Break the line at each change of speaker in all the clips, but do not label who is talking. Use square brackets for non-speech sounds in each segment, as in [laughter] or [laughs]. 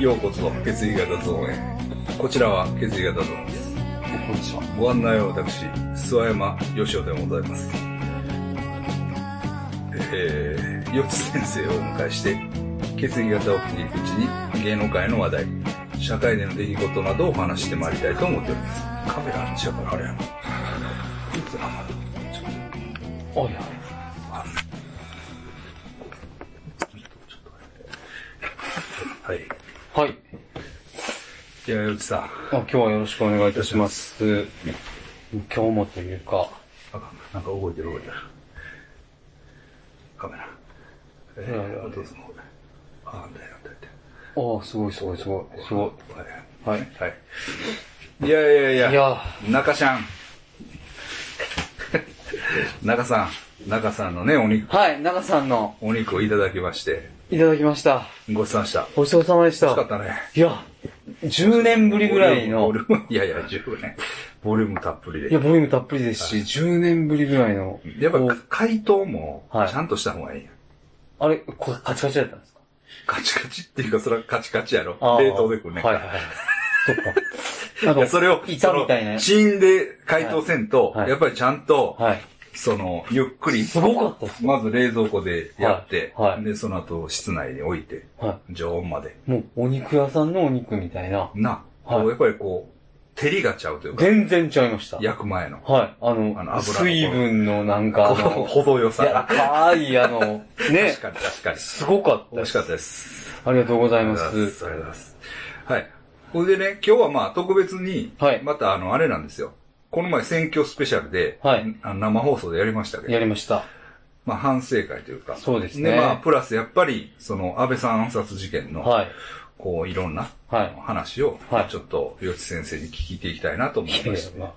ようこそ血液型ゾーンへこちらは血液型ゾーンです
こんにちは。
ご案内は私諏訪山義雄でございますえー、よち先生をお迎えして血液型を聞いていくうちに芸能界の話題社会での出来事などをお話ししてまいりたいと思っておりますカメラあっちやからあれやなこいつらまだちょっと
おや。
はい
はい。
いやよちさん
あ今日はよろしくお願いいたします。今日もというか、
あかんなんか動いてる動いてる。カメラ。え
いやいや
ー、どうぞ。あ、なんだよ、なんだよ。
ああ、すごいすごいすごい。すご。
はい
はい。
い。いやいやいや。
いや
中ちゃん。 [laughs] 中さん。中さんのね、お肉、
はい、長さんの、
お肉をいただきまして、
いただきました。
ごちそうさまでした。
ごちそうさまでした。
美味しかったね。
いや、10年ぶりぐらいの
ボ、リューム、いやいや、十分ね。ボリュームたっぷり
いや、
で。
ボリュームたっぷりですし、10年ぶりぐらいの。
やっぱ
こう、
解凍も、ち
はい
ゃんとした方がいいやん。
あれ、こうカチカチだったんですか
カチカチっていうか、それはカチカチやろ
あ。あ
冷凍でくんねんか
はい
ら
はいはい。そっ [laughs] か。な
い
んか、
やそれを、
板みたいなやつ。
死んで解凍せんと、
はいはい
やっぱりちゃんと、
はい。
その、ゆっくり、
すごかったっす
まず冷蔵庫でやって、
はいはい
で、その後室内に置いて、
は
常温まで。
い。もう、お肉屋さんのお肉みたいな。
な、
はい
こうやっぱりこう、照りがちゃうというか、
全然違いました。
焼く前の、こ
はい。あ
あの油
の、
の
水分のなんか、あ
の
の、
程よさ
や
が。
かい、あの、ね
確、かに確かに。
すごかった
美
で
味し
す。
かったです。
ありがとうござ
あ
い
り
ま
がとうございます
す。
ありがとうございます。はい。これでね、今日はまあ特別に、
はい
またあの、あれなんですよ。この前選挙スペシャルで、
はい
あの生放送でやりましたけど
や、りました。
まあ、反省会というか。
そうですね
まあ、プラスやっぱり、その、安倍さん暗殺事件の、
はい。
こう、いろんな、
はい
話を、
はい
ちょっと、よち先生に聞いていきたいなと思い
いや
ま
い
し
や
て。
まあ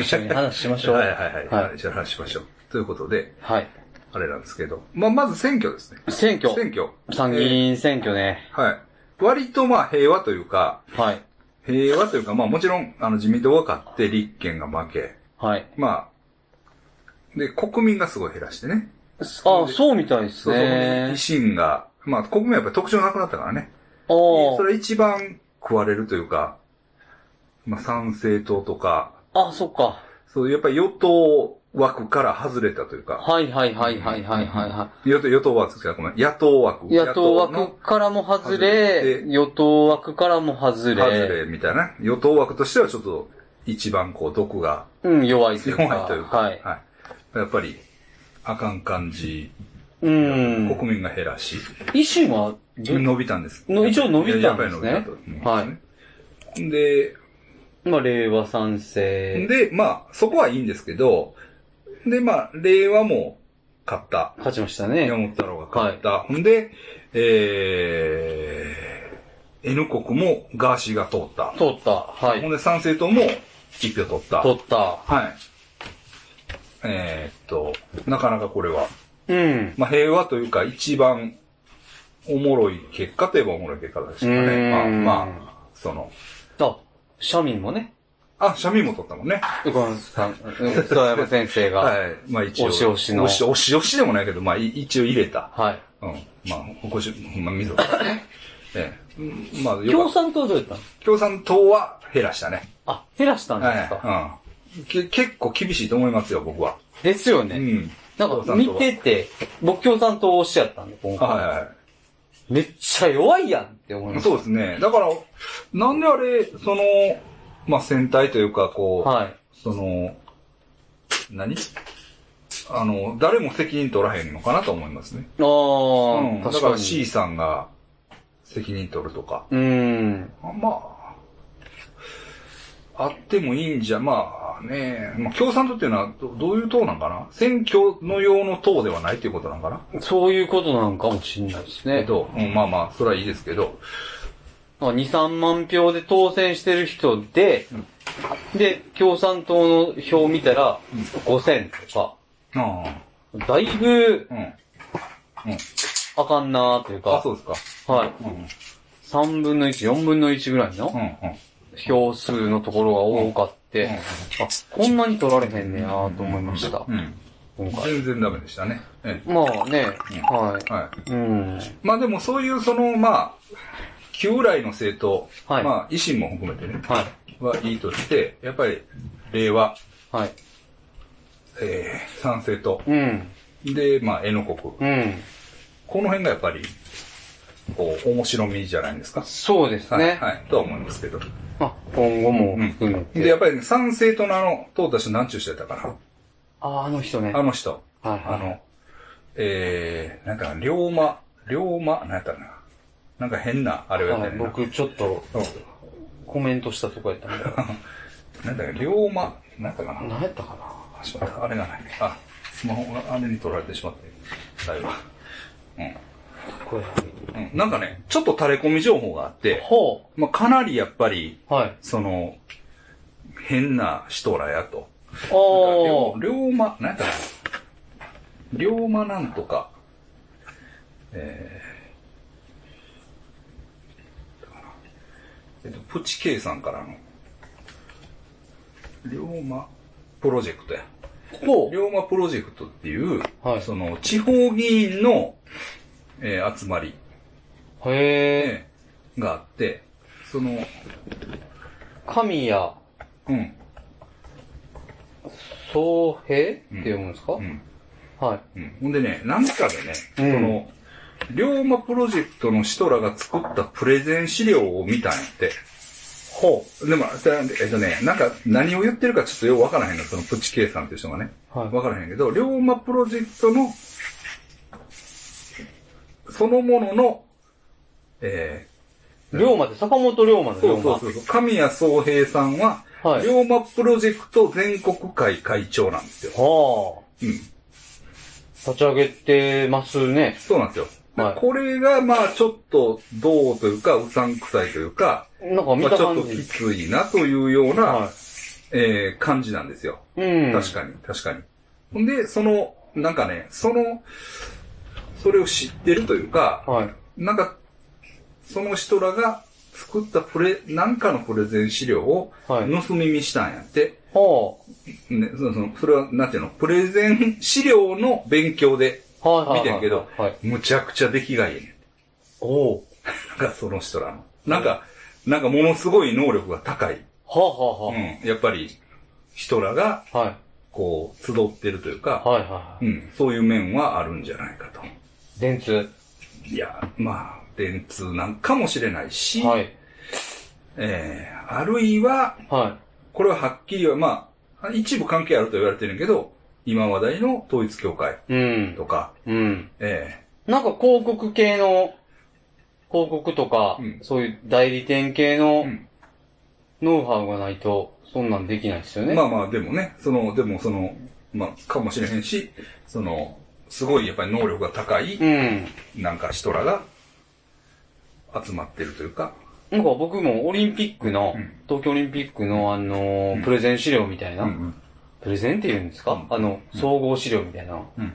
一緒に話しましょう。
はいはいはい。
は
はいい、じゃあ話しましょう。ということで、
はい。
あれなんですけど。まあ、まず選挙ですね。
選挙。
選挙。
参議院選挙ね。
はい。割とまあ、平和というか、
はい。
平和というか、まあ、もちろん、あの、自民党が勝って、立憲が負け。
はい。
まあ、で、国民がすごい減らしてね。
あ、そうみたいで
そ
す
うそう。
ね
維。新が、まあ、国民はやっぱり特徴なくなったからね。
あ
それ一番食われるというか、まあ、参政党とか、
あ。あ、そっか。
そういうやっぱり与党枠から外れたというか、
はいはいはいはいはいはいは
与党与党枠ですかごめん、野党枠。
い。野党
の
枠からも外
外れ
れ、
て
与党枠からも外
外
れ。
れみたいな。与党枠としてはちょっと一番こう毒が
うん、弱いというか。
弱いというか、
はい。
やっぱり、あかん感じ、
うん。
国民が減らし、
維新は、ど
伸びたんです。
の一応伸びたんですね
やっぱり伸びたと思うんですね
は
で、
まあ、令和賛成。
で、まあ、そこはいいんですけど、で、まあ、令和も勝った。
勝ちましたね。
山本太郎が勝った。ほんで、えー、N 国もガーシーが通った。
通った。は
ほ
い
ん。で、参政党も一票取った。
通った。
はい。えー、っと、なかなかこれは、
うん。
まあ、平和というか、一番おもろい結果といえばおもろい結果でした
う
ね。まあ、
ーん
まあ、その、
あ、社民もね、
あ、シャミも取ったもんね。
横山
[laughs]
さん、うん諏訪山先生が、はい。
はい。まあ一応。
押し押しの
押し押し押しでもないけど、まあい一応入れた。うん。まあ、ほこし、まあ、
[laughs]
みぞ。ええ。うんまあ、よかっ
共
た
産党はどうやったの
共産党は減らしたね。
あ、減らしたんですか、
はい。うん。け結構厳しいと思いますよ、僕は。
ですよ
う
ね。
ん。
なんか見てて、僕共産党をしちゃったんで、今
あ
回。
はいは
めっちゃ弱いやんって思い
い。
まし
そうですね。だから、なんであれ、その、まあ、戦隊というか、こ
た。
う、
はい。
その、何あの、誰も責任取らへんのかなと思いますね。
あー、
うん。だ
確
か
からに。
C さんが責任取るとか。
うーん。
あまあ、あってもいいんじゃ、まあね、まあ、共産党っていうのはどどういう党なんかな選挙の用の党ではないっていうことなんかな、
そういうことなんかもしんないです
え
ね
っ。と、うんまあまあ、それはいいですけど、
なんか2、3万票で当選してる人で、で、共産党の票見たら、5000と
あ
か、だいぶ
あ、うん。
あかんなーというか、
あ、そうですか。
はい。
うん。
3分の1、4分の1ぐらい
うん、
の
うん。うん
票数のところが多かって、
うんうん
あ、こんなに取られへんねやーと思いました、
うん。
今回。
全然ダメでしたね。え
まあね、
うん
は
えはい。
い。うん。
まあでもそういう、その、まあ、旧来の政党、
はい
まあ維新も含めてね、
はい。
はいいとして、やっぱり令和、
はい。
えー、参政党、
うん。
で、まあ江野国、
うん。
この辺がやっぱり、こう、面白みじゃないですか。
そうです
はい。
ね。
はい。とは思いますけど。
まあ、今後も含めて。
で、やっぱりね、参政党のあの、党たち何ちゅうしてたか
あ、あの人ね。
な。あの人。
はいはい
あの、えー、なんか、龍馬、龍馬、なんやったかな。なんか変な、あれをやった
はい
ねんな。
僕ちょっと
うん
コメントしたとこやったんだ。
なんだか、龍馬、なんやったかな。
[laughs] 何やったかな
あ、しまった。あれがない。あ、スマホがあれに取られてしまって。だいぶ。
これ。
うん。うん。なんかね、ちょっと垂れ込み情報があって、
ほ
まあ、かなりやっぱり、
う。はい。
その、変な人らやと。
おー。
龍馬、なんやったかな龍馬なんとか、えー、えっと、プチ K さんからの、龍馬プロジェクトや。
ほ
龍馬プロジェクトっていう、
はい
その、地方議員の、えー集まり、
う。へ
え
え。
ーがあって、その、
神谷
うん、
宗平って読むんですか
うん。
はい。
うんほんでね、なんかでね、
うん
その、龍馬プロジェクトの人らが作ったプレゼン資料を見たんやって。ほう。でも、だえっとね、なんか何を言ってるかちょっとよくわからへんの、そのプチケイさんっていう人がね。
はい
わからへんけど、龍馬プロジェクトの、そのものの、え
龍馬って坂本龍馬
ー、
の龍
そう
馬。
そうそうそう、神谷宗平さんは、
はい
龍馬プロジェクト全国会会長なんですよ。
はあ。
うん。
立ち上げてますね。
そうなんですよ。
はい
これが、まあ、ちょっと、どうというか、うさんくさいというか、
なんか見
まあ、
た
ちょっ
感
とき
じ。
ついなというような、
は
えー感じなんですよ。
い。うん。
確かに、確かに。ほんで、その、なんかね、その、それを知ってるというか、
はい。
なんか、その人らが作ったプレ、なんかのプレゼン資料を
はい
盗み見したんやって、
は
ね、その、そのそれは、なんていうの、プレゼン資料の勉強で
あ。はいはいはい。
見てんけど、
はい。
むちゃくちゃ出来がいいねん。
おう。
[laughs] がその人らの。なんか、なんかものすごい能力が高い。
はあは
うん。やっぱり、人らが、
あはあ。はい。
こう、集ってるというか、
はいはいは
うん。そういう面はあるんじゃないかと。
い。電通。
いや、まあ、電通なんかもしれないし、
はい。
えー、あるいは、
は
これははっきりは、まあ、一部関係あると言われてるけど、今話題の統一協会
い。うん
と。か、
うん。
え
なんか広告系の、広告とか、
うん
そういう代理店系
え
の
うん
ノウハウがないと、そんなんできないですよね。
まあまあ、でもね、その、でもその、まあ、かもしれへんし、その、すごいやっぱり能力が高い、
うん。
なんか人らが集まってるというか、
なんか僕もオリンピックの、
うん
東京オリンピックのあのー
うん
プレゼン資料みたいな、
うん
プレゼンって言うんですか、
うん
あの、総合資料みたいな、
うん。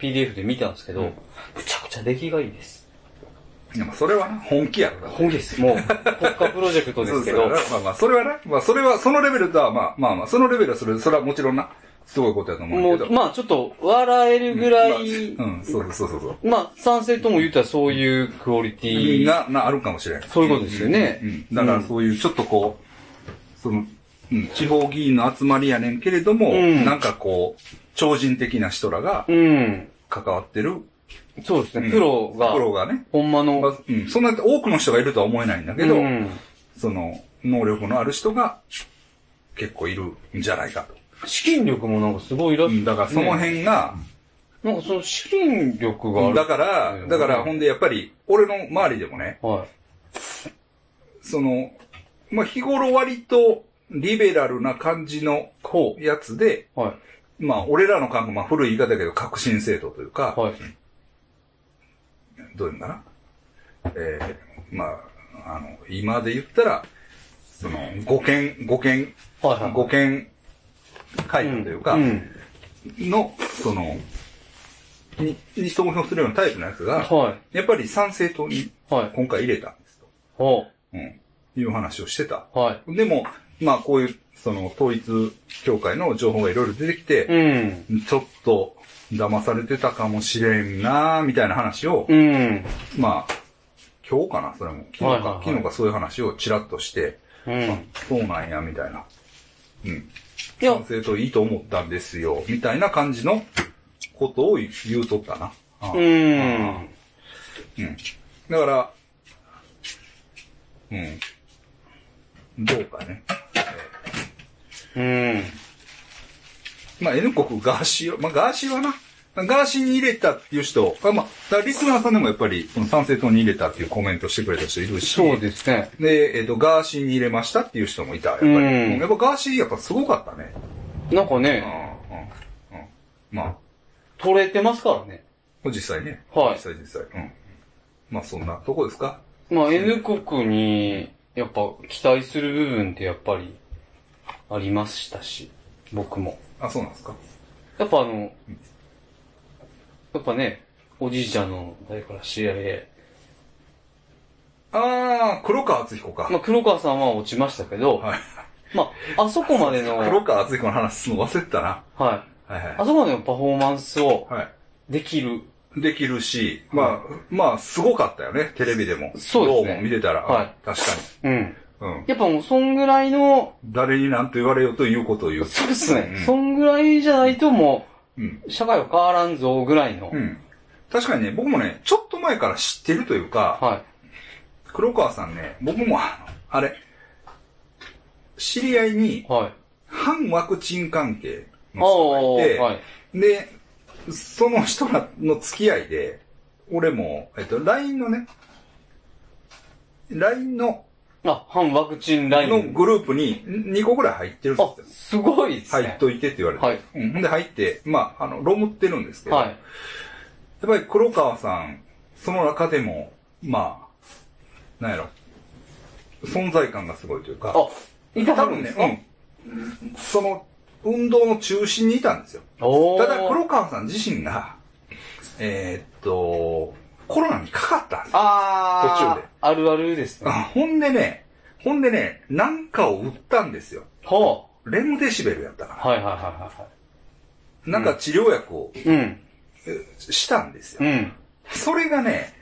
PDF で見たんですけど、
うん
むちゃくちゃ出来がいいです。
でもそれはな本気やから。
本気です。もう、国家プロジェクトですけ
そ
ど
う、そうまあまあ、それはな、まあそれは、そのレベルとは、まあまあまあ、そのレベルはそれ、それはもちろんな、すごいことやと思
も
うけど。
う、まあちょっと笑えるぐらい、
まあうん、そうそうそうそう。
まあ賛成とも言ったらそういうクオリティ
が、な、あるかもしれない。
そういうことですよね
うん。うんだからそういう、ちょっとこう、その、うん、地方議員の集まりやねんけれども、
うん
なんかこう、超人的な人らが
うん。
関わってる、
そうです
うん
ね。プロが、
プロがね、
ほんま
まあ
の、
うん、そんな多くの人がいるとは思えないんだけど、
うん
その、能力のある人が結構いるんじゃないかと。
資金力もなんかすごいらしい。
だからその
ね。
辺が、
なんかその資金力がある。
だから、だからほんでやっぱり、俺の周りでもね、
はい。
その、まあ、日頃割とリベラルな感じの
こ
やつで、
う。はい。
まあ、俺らの感覚、まあ、古い言い方だけど、革新政党というか、
はい。
どういうんだな。えー、まあ、あの、今で言ったら、その、五権、五権、
はいはい。
五権会
うん
議というか、
うん。
の、その、に、に投票するようなタイプのやつが、
は
やっぱり賛成党に
い。はい。
今回入れたんですと。
ほ
うん。いう話をしてた。
う。はい。
でも、まあこういう、その統一協会の情報がいろいろ出てきて、
うん。
ちょっと騙されてたかもしれんなみたいな話を、
うん。
まあ、今日かな、それも。昨日か、
はいはいはい
昨日かそういう話をチラッとして、
うん。
そうなんや、みたいな。うん。
いや
賛、成といいと思ったんですよ、みたいな感じのことを言うとったな。ああ
うん。
だから、うん。どうかね。
うん。
まあ、N 国ガーシーは、まあ、ガーシーはな、ガーシーに入れたっていう人、あまあ、だからリスナーさんでもやっぱり、この賛成党に入れたっていうコメントしてくれた人いるし、
そうですね。
で、えっ、と、ガーシーに入れましたっていう人もいた、やっぱり。
う
うんんやっぱガーシーやっぱすごかったね。
なん
う
か
ん、う
ね、
ん、うん。まあ、
取れてますからね。
実際ね。
はい
実際実際。うん。まあ、そんなとこですか
まあ N 国に、やっぱ期待する部分ってやっぱり、ありましたし、僕も。
あ、そうなんですか
やっぱあの、やっぱね、おじいちゃんの、誰から CIA。
あー、黒川敦彦か。
まあ黒川さんは落ちましたけど、
はい。
まあ、あそこまでの、
黒川敦彦の話すんの忘れてたな。
はい。
はいはい
あ。そこまでのパフォーマンスを
はい。
できる。
できるし、まあ、まあ、すごかったよね、テレビでも。
そうですね
どうも見てたら。
はい
確
うん。
かに。うん。
やっぱもうそんぐらいの、
誰に何と言われようということを言う。
そうですね。
うん
そんぐらいじゃないとも
うん。
う、社会は変わらんぞぐらいの。
うん。確かにね、僕もね、ちょっと前から知ってるというか、
は
黒川さんね、僕もあの、あれ、知り合いに
い。はい。
反ワクチン関係
あ
の人がいて、
あ、はい。
で、その人らの付き合いで、俺も、えっと、LINE のね、LINE の、
あ、反ワクチンライ
の
ン。
グループに2個ぐらい入ってるん
あ
で、す
すごいです
よ。
ね。
入っといてって言われて。
はい
うん。ほんで入って、まあ、あの、ロムってるんですけど、
はい。
やっぱり黒川さん、その中でも、まあ、なんやろ、存在感がすごいというか、
あ、いたは
多
るん
分ね
ですか、、
うん。その、運動の中心にいたんですよ。
おー
ただ、黒川さん自身が、えーっと、コロナにかかったんですよ。
あー
途中で。
あるあるですね。
あほんでね、ほんでね、なんかを売ったんですよ。
ほ
レムデシベルやったか
う。はいはいはいはいは
ら。なんか治療薬を
い。うん。
えしたんですよ。
うん。
それがね、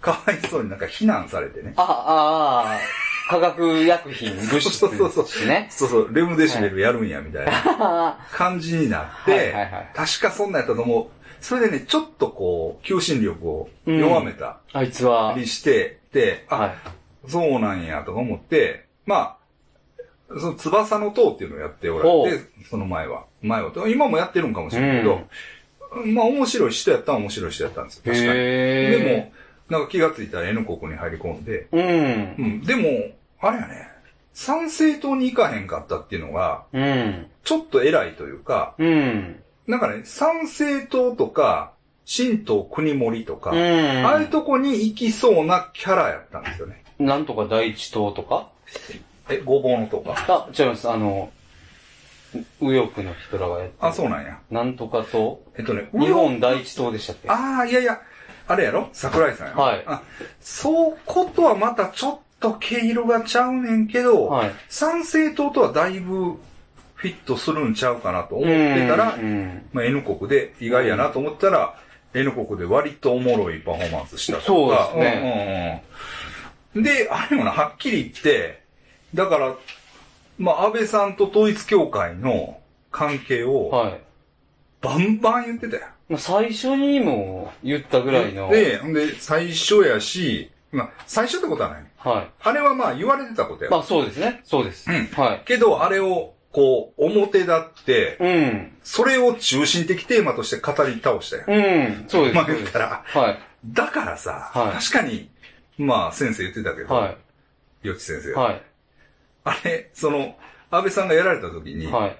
かわいそうになんか非難されてね。
あ、ああ、化学薬品、物質
そうそうそう
としてね。
そうそう、レムデシベルやるんや、みたいな。
あ
感じになっ
はい
て
はいはい、
確かそんなんやったと思う。それでね、ちょっとこう、求心力を弱めた
[laughs] ーあいつは、
りして、で、あ、
はい。
そうなんやとか思って、まあ、その翼の塔っていうのをやってお
お
ら
う
れて、その前は。前はと。今もやってるんかもしれないけど、まあ面白い人やったら面白い人やったんですよ。確かに。
へ
でも、なんか気がついたら N 国に入り込んで、
も、う。
うんん、でも、あれやね、参政党に行かへんかったっていうのが、
うん。
ちょっと偉いというか、
うん。
なんかね、参政党とか、神道国盛とか、
うん。
ああいうとこに行きそうなキャラやったんですよね。
なんとか第一党とか
え、ごぼうのとか。
あ、違います。あの、う右翼の人らがやってる
あ、そうなんや。
なんとか党
えっとね、
日本第一党でしたっけ
ああ、いやいや、あれやろ桜井さんやろ
はい
あ、そうことはまたちょっと毛色がちゃうねんけど、
はい
賛成党とはだいぶフィットするんちゃうかなと思ってたら
うん、うん
まあ、N 国で意外やなと思ったら、N 国で割とおもろいパフォーマンスしたとか。
そうですね
うんうんうん。で、あれもな、はっきり言って、だから、まあ、安倍さんと統一教会の関係を
はい。
バンバン言ってたよ。
まあ、最初にも言ったぐらいの。
で、ほんで、最初やし、まあ、最初ってことはない。
は
あれはまあ、言われてたこと
い。
や。
まあそうですね。そうです。
うん
はい。
けど、あれを、こう、表立って、
うん。
それを中心的テーマとして語り倒したよ。
うん。そうです。
まあ
そうです
言ったら
はい。
だからさ、
はい
確かに、まあ先生言ってたけど、
は
よち先生
い。
が、
は
あれ、その、安倍さんがやられた時に、
い。はい。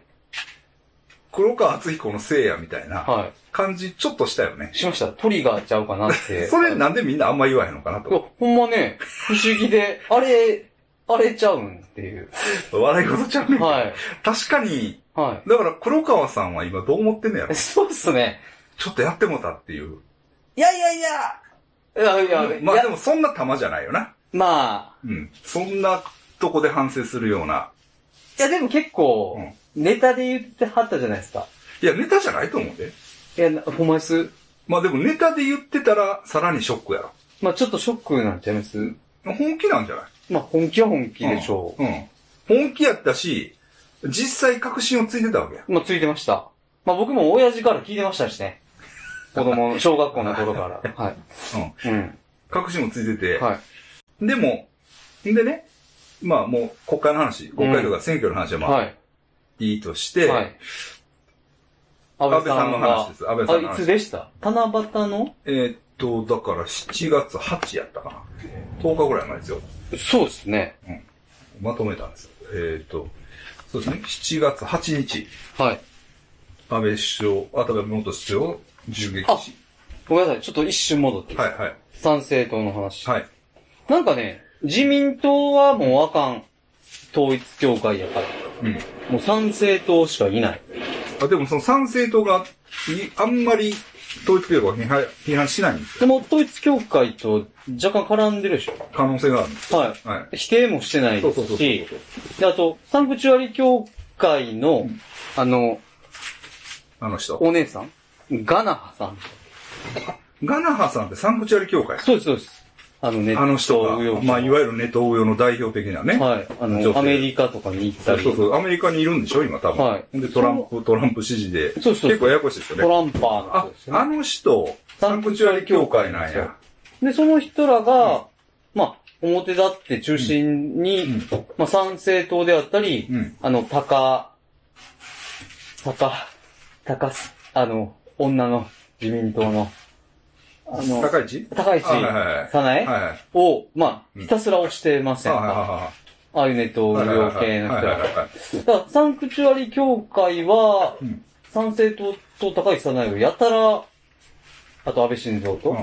黒川敦彦のせいやみたいな
は
感じちょっとしたよね
い。。しました。トリガーちゃうかなって。
[laughs] それ
いや
なんでみんなあんま言わへんのかなと。
ほんまね、不思議で、あれ、あれちゃうんっていう。
笑い事ちゃうねんけど、
はい。
確かに、
は
だから黒川さんは今どう思ってんのやろ
い。。そうっすね。
ちょっとやってもうたっていう。
いやいやいや。いやいや、
ま
い
あ
や
でもそんな玉じゃないよな。
まあ、
うん。そんなとこで反省するような。
いやでも結構、ネタで言ってはったじゃないですか。
いや、ネタじゃないと思うで。
いや、なほんまです。
まあでもネタで言ってたらさらにショックやろ。
まあちょっとショックなんちゃいます
本気なんじゃない
まあ本気は本気でしょう。
うん。うん本気やったし、実際確信をついてたわけや。
まあついてました。まあ僕も親父から聞いてましたしね。子供
[laughs]
の、小学校の頃から。はい。
うん。
うん。
確信もついてて。
はい。
でも、んでね、まあもう国会の話、国会とか選挙の話はまあ、
はい。
い、いとして、
はい。安
倍さんの話です安倍さんの話
あ、いつでした七夕の
えーっと、だから7月8やったかな。10日ぐらい前ですよ。
そうですね。
まとめたんですよ。えーっと、そうですね、7月8日、
はい。
安倍首相、渡辺元首相を銃撃し。
ごめんなさい。ちょっと一瞬戻って。
はいはい。
賛成党の話。
はい。
なんかね、自民党はもうあかん。統一教会やから。
うん。
もう賛成党しかいない。
あでもその賛成党が、いあんまり統一教会を批判批判しない
でも、統一教会と若干絡んでるでしょ
可能性があるんです。
は
はい。
い。否定もしてない
そ
で
うそうそうそ
す
う
し、で、あと、サンクチュアリ教会の、あの、
あの人。
お姉さんガナハさん。
ガナハさんってサンクチュアリ教会
そうです、そうです。あのね、
あの人が
東洋、
まあ、いわゆるネトウヨの代表的なね。
はい。あ
女性
の、アメリカとかに行っ
そ
た
う
り、
そうそう、アメリカにいるんでしょ、今多分。
はい
で、トランプ、トランプ支持で。
そうそう
結構ややこしいですよね。
トランパーの
あ
人です、よ
あ
ね。
の人、サ
サ
ン
ン
ク
ク
チ
チ
ュ
ュ
ア
ア
リ
リ
教
教
会
会
な
なんん
や
や。で、その人らが、まあ、表立って中心に、まあ、賛成党であったり、
うん
あの、高、高、高す、あの、女の自民党の、あの、
高市
高市
あはいはいはい
早苗、
はいはい
を、まあ、ひたすら押してません
あ
か、
はい
ああいうネット
はいはい
業
はい
系の人
はいはいはい
ら。
はい
だから、サンクチュアリ協会は、
ん
賛成党と高市早苗をやたら、あと安倍晋三と、
うん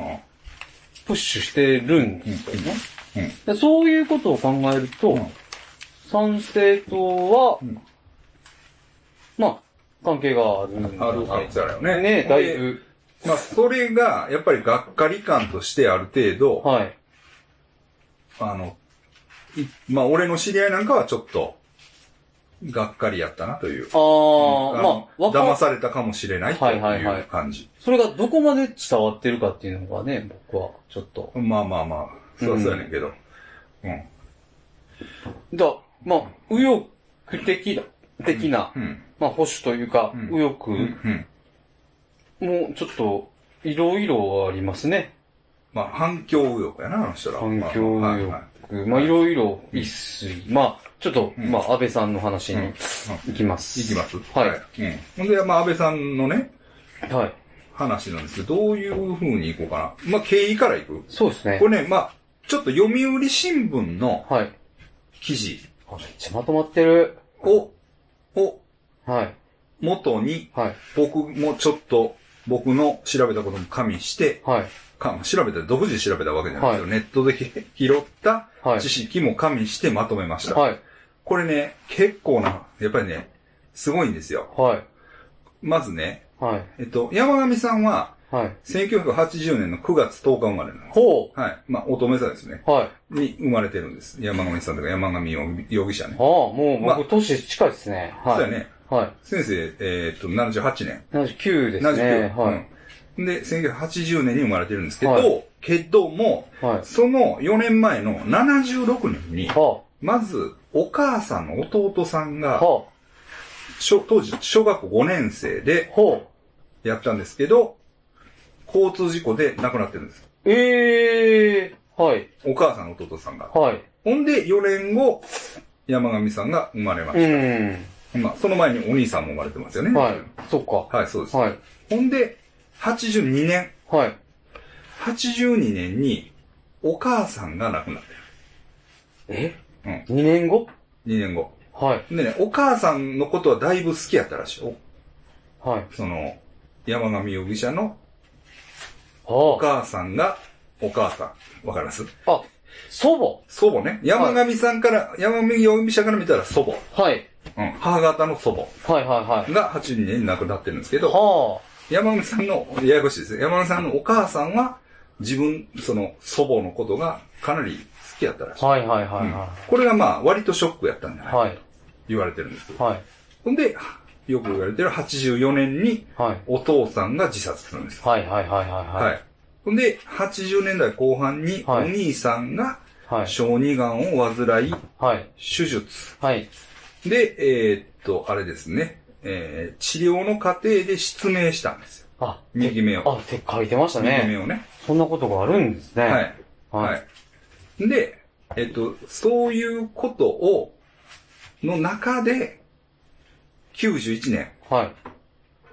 プッシュしてるんですよね。
うん
でそういうことを考えると、
ん
賛成党は、
ん
まあ、関係があるん
ある可能性あるよね
ねだいぶ。
まあ、それが、やっぱりがっかり感としてある程度、
はい。
あの、いまあ、俺の知り合いなんかはちょっと、がっかりやったなという。
ああ、まあ、
の
わ
騙
か
されたかもしれないと
はいいはいはいう
感じ。
それがどこまで伝わってるかっていうのがね、僕は、ちょっと。
まあまあまあ、そうそうやねんけど。うん。
だ、まあ、右翼的だ、的な、
うん。
まあ、保守というか、
ん
右翼、
うん。
もうちょっと、いろいろありますね。
まあ、反響右翼やな、あの人らは。
環境
まあはい
よ
はい
く、まあいろいろ一水、まあちょっと、
ん
まあ安倍さんの話に行きます。
いきます。
はい。
うん。ほんで、まあ、安倍さんのね、
はい。
話なんですけど、どういう風にいこうかな。まあ、経緯からいく。
そうですね
こ。れね、まあ、ちょっと読売新聞の
はい。
記事
あめっちゃまとまってる。
を、を
はい。
元に、
はい。
僕もちょっと、僕の調べたことも加味して、
はい。
か調べた、独自で調べたわけじゃないですよ。
は
ネットでけ拾った
はい
知識も加味してまとめました。
はい。
これね、結構な、やっぱりね、すごいんですよ。
はい。
まずね、
はい。
えっと、山上さんは、
はい。
1980年の9月10日生まれなんです。
ほ
はい。まあ、乙女座ですね。
う。はい。
に生まれてるんです。山上さんとか山上容疑者
ああ、
ね。
もう
ま
僕年近いですね。はい。
そうやね。
は
先生、えーっと、78年。
い。79ですね。はい。
うん。で、1980年に生まれてるんですけど、
はい
けども、
はい。
その4年前の76年に、
は
まず、お母さんの弟さん
あ。
が、
は
小当時、小学校5年生
あ。
で
ほ
やったんですけど、交通事故で亡くなってるんです。
う。ええー。はい。
お母さんの弟さんが。
はい。
ほんで、4年後、山上さんが生まれまし
う
た。まあ、その前にお兄さんも生まれてますよね。
ん。はい。そっか。
はい、そうです。
はい。
ほんで、82年、
はい。
82年に、お母さんが亡くなって
え
うん
?2 年後
る。2年後。
はい。
でね、お母さんのことはだいぶ好きやったらしい。お
はい。
その、山上容疑者のお
あ
母さんが、お母さん、わかります
あ。あ、祖
祖母ね。山上さんから、山上容疑者から見たら祖母。
母。はい。
うん。母方の祖母
はいはいはい。
が8年に亡くなってるんですけど、
は
山上さんの、ややこしいですね。山上さんのお母さんは、自分、その、祖母のことがかなり好きやったらしい。
あ。はいはいは
う
い
ん
は。
これがまあ、割とショックやったんじゃないい
はい。
言われてるんですよ。
はい。
ほんで、よく言われてる84年に、
はい。
お父さんが自殺するんです。
はいはいはいはい。
は。
はい
ほんで、80年代後半に、お
はい
兄さんが、
はい。
小児がんを患い、
はい。
手術。
はい。
で、えーっと、あれですね、えー治療の過程で失明したんですよ。
あ、
右目を。
あ、て書いてました
右目
ね。
をね。
そんなことがあるんですね。
はい。
は。
はいい。で、えっと、そういうことを、の中で、91年、
は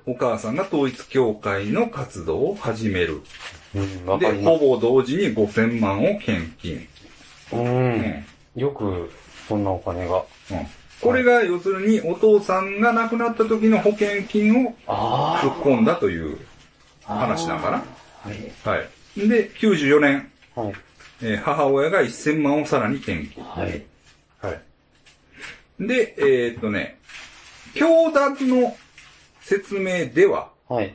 お母さんが統一教会の活動を始める。
い。うん、わか
で、
りま
ほ
す。
ぼ同時に5000万を献金。
うん。よく、そんなお金が。
うんこれが、要するに、お父さんが亡くなった時の保険金を
あ
突っ込んだという
あ。。
話だから
はい。
ら。はい。で、94年、
はい。
えー母親が1000万をさらに献金。
はい。
はい。で、えーっとね、教団の説明では、
はい。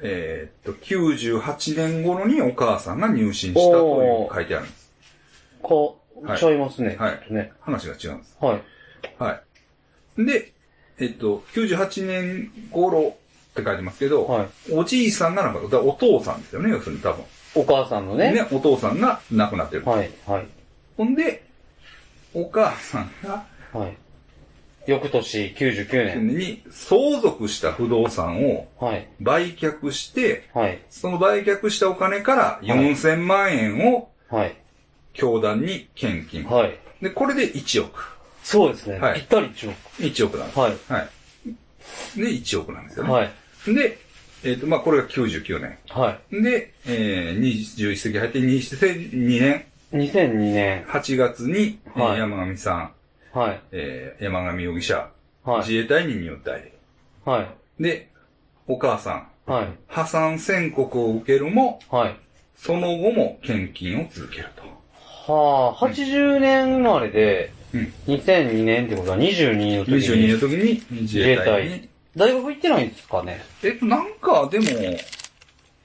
えーっと、98年頃にお母さんが入信したという書いてあるんです。
こ
は
う、
い
ちゃいますね。
はい
ね。
話が違うんです。
はい。
はい。で、えっと、98年頃って書いてますけど、
はい
おじいさんが亡くなった。だからお父さんですよね、要するに多分。
お母さんのね。
ね、お父さんが亡くなってる。
はい。はい。
ほんで、お母さんが、
はい。翌年、99年。
に相続した不動産を
はい。
売却して、
はい。
その売却したお金から4000万円を
はい。
教団に献金。
はい。
で、これで1億。
そうですね。
はい
ぴったり一応。
1億なんです。
はい
はい。で、1億なんですよね。
はい。
で、えっ、と、まあ、これが99年。
は
で、えー、21世紀入って2002年
い。2002年。
8月に、えー
はい
山上さん、
はい。
えー、山上容疑者、
はい。
自衛隊に入隊。
はい。
で、お母さん、
はい。
破産宣告を受けるも、
はい。
その後も献金を続けると。
はあ、80年生まれで、
うん
2002年ってことは22の時に。
22の時に自衛隊に。
大学行ってないんですかね
えっと、なんか、でも、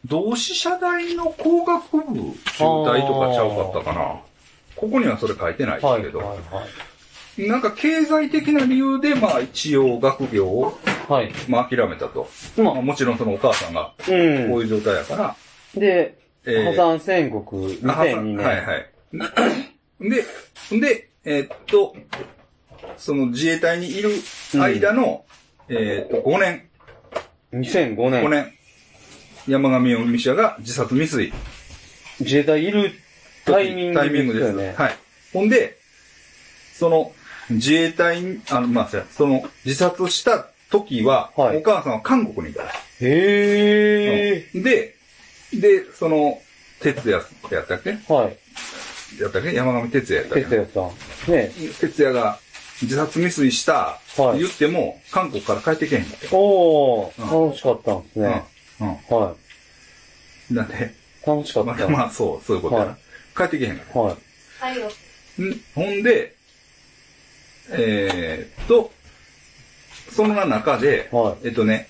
同志社大の工学部中退とかちゃうかったかな。ここにはそれ書いてないです
はい。
けど、
は
なんか経済的な理由で、まあ一応学業を、
い。はい。はい。
まあ諦めたと。
ま
まあもちろんそのお母さんがこ
うん
ういう状態やから、
で、
えー
破産宣告、
あはさ
2002年。
はいはい。で、で、えっと、その自衛隊にいる間の、えっと、5年、
2005年。
5年、山上容疑者が自殺未遂。
自衛隊いるタイミング
タイミングです
よね。
はい。ほんで、その、自衛隊に、あの、まあ、その、自殺した時は、
はい
お母さんは韓国にいたらしい。
へ
うんで、で、その、哲也やったっけ
ー。はい。
やったっけ山上哲也やったっ
哲
け
也さん。ね
哲也が自殺未遂した、
はい
言っても、韓国から帰ってけへんかったよ
お
う
ー、楽しかったんですね。
うん。うん
は
なんで、
い。楽しか
ま
っ
あ、
た。
まあ、そう、そういうことやな。
は
帰ってけへんかった。
はい。
はいよ。
んほんで、えーっと、その中で、
は
えっとね、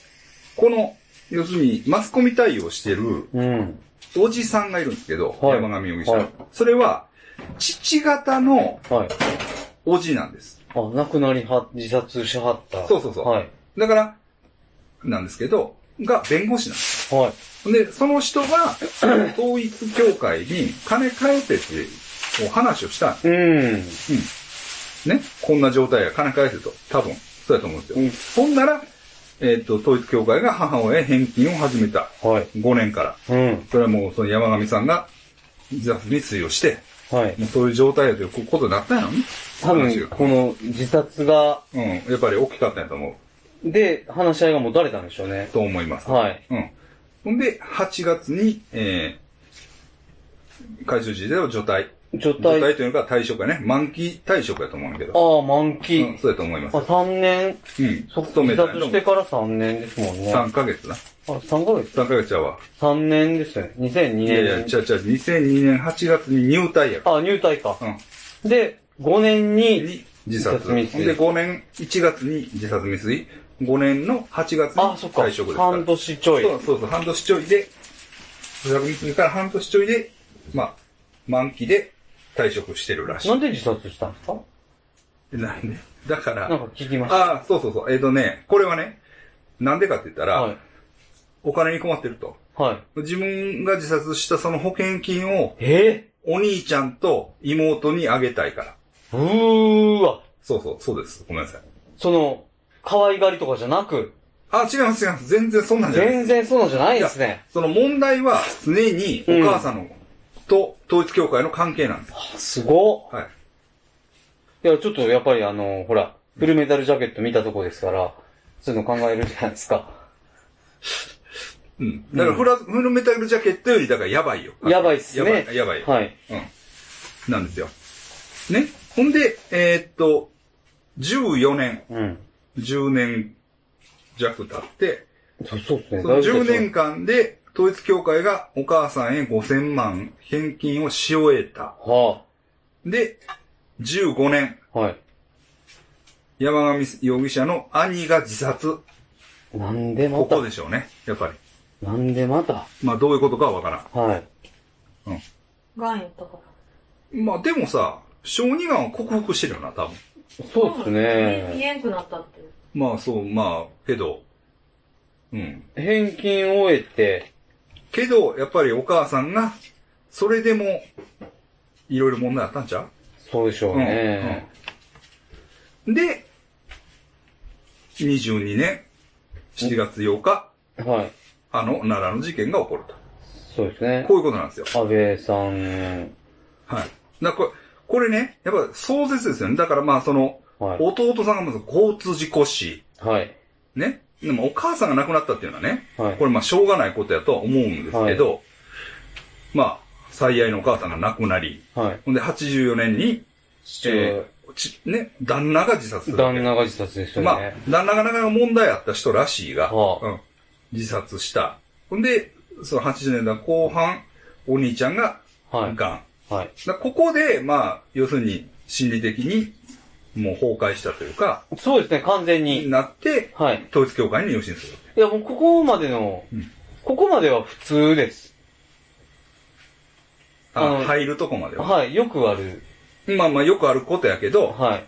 この、要するにマスコミ対応してる
うん。
おじさんがいるんですけど、
はい
山上容疑者、
はい
それは、父方の
はい。
おじなんです。
あ、亡くなりは、自殺しはった。
そうそうそう
はい。
だから、なんですけど、が弁護士なんです。
はい。
で、その人
[clears throat]
が、統一教会に金返せっていうお話をしたんで
うん。
すね。こんな状態や金返せと。多分、そうやと思うんですよ。ほんなら、えっ、と、統一教会が母親へ返金を始めた。
はい。
5年から。
うん。
それはもう、その山上さんが、自殺未遂をして、
はい。
もうそういう状態やということになったんやろね。
多
話
分、
が
この自殺が、
うん。やっぱり大きかったんやと思
で、話し合いがもたれたんでしょうね
う、。と思います。
はい。
うん。ほんで、8月に、えー、海中時代を除隊。
除
除
隊、
隊というか退職やね。満期退職やと思うんだけど。
ああ、満期。
うん、そうやと思います
あ、。3年、
うん。
そ
勤め
自
た
殺
の
してから3年ですもんね。あ、
3ヶ月な。
3ヶ月
3ヶ月ちゃうわ。
?3 年ですよね。2002年。
いやいや、ちゃうちゃう。2002年8月に入隊やか
あ、入隊か。
ら。うん。
で、5年に、
に自殺。
自殺未遂
で、5年、1月に自殺未遂。5年の8月に
あ、そっか、
退職ですから。
半年ちょい。
そうそうそう、半年ちょいで、自殺未遂から半年ちょいで、まあ、満期で退職してるらしい
な。んで自殺したんですか
なんでだか、
なんから聞きまし
ああ、そうそうそう、えっ、とね、これはね、なんでかって言った
た。
ら、
はい。
お金に困ってると。
はい。
自分が自殺したその保険金を
え
お兄ちゃんと妹にあげたいから。
ー、うーわ。
そうそう、そうです。ごめんなさい。
その、可愛がりとかじゃなく、
あ、違います、違います。全然そんなんじゃないです
全然そうなんじゃないですね。
その問題は常にお母さんの、と統一教会の関係なんです。
すご
はい。
っ。いや、ちょっとやっぱりあの、ほら、フルメタルジャケット見たとこですから、そういうの考えるじゃないですか。
うん。だからフラ、フルメタルジャケットよりだからやばいよ。
やばいっすね。
やばい、やばいよ。
はい。
うん。なんですよ。ね。ほんで、えーっと、14年、
うん。
10年弱経って、
そうそうですね。
その
大丈夫
10
でしょう
年間で統一教会がお母さんへ5000万返金をし終えた。
は
で、15年、
あ、はい。
山上容疑者の兄が自殺。
なんでま
こ
た
こでしょうね。やっぱり。
なんでまた
まあどういうことかはわから
はい。
ガンやったか
ん。まあでもさ、小児がんは克服してるよな、多分。
そうです
ら。見
ね。
えんくなったって。
まあそう、まあ、けど。うん。
返金を終えて、
けど、やっぱりお母さんが、それでも、いろいろ問題あったんちゃ
そうでしょうね。
うで、22年7月8日、
はい。
あの、奈良の事件が起こると。
そうですね
こ。ういうことなんですよ。
安倍さん、
はい。だからこれ、これね、やっぱ壮絶ですよね。だからまあその、
はい。
弟さんがまず交通事故死、
はい。
ね。でもお母さんが亡くなったっていうのはね、
はい
これまあしょうがないことやとは思うんですけど、まあ、最愛のお母さんが亡くなり、
はい。
ほんで84年に、
父
えーちね、旦那が自殺する。
旦那が自殺ですよね。
まあ、旦那がなかなか問題あった人らしいが、
はあ
うん、自殺した。ほんで、その80年代後半、お兄ちゃんが、
は
癌
い。
がん。
はい。
だここで、まあ、要するに、心理的に、もう崩壊したというか、
そうですね、完全
に
に。
なって、
はい。
統一教会に入信する。
いや、もうここまでの
うん、
ここまでは普通です。あ
あ
の
入るとこまでは。
はい。よくある。
まあまあ、よくあることやけど、
はい。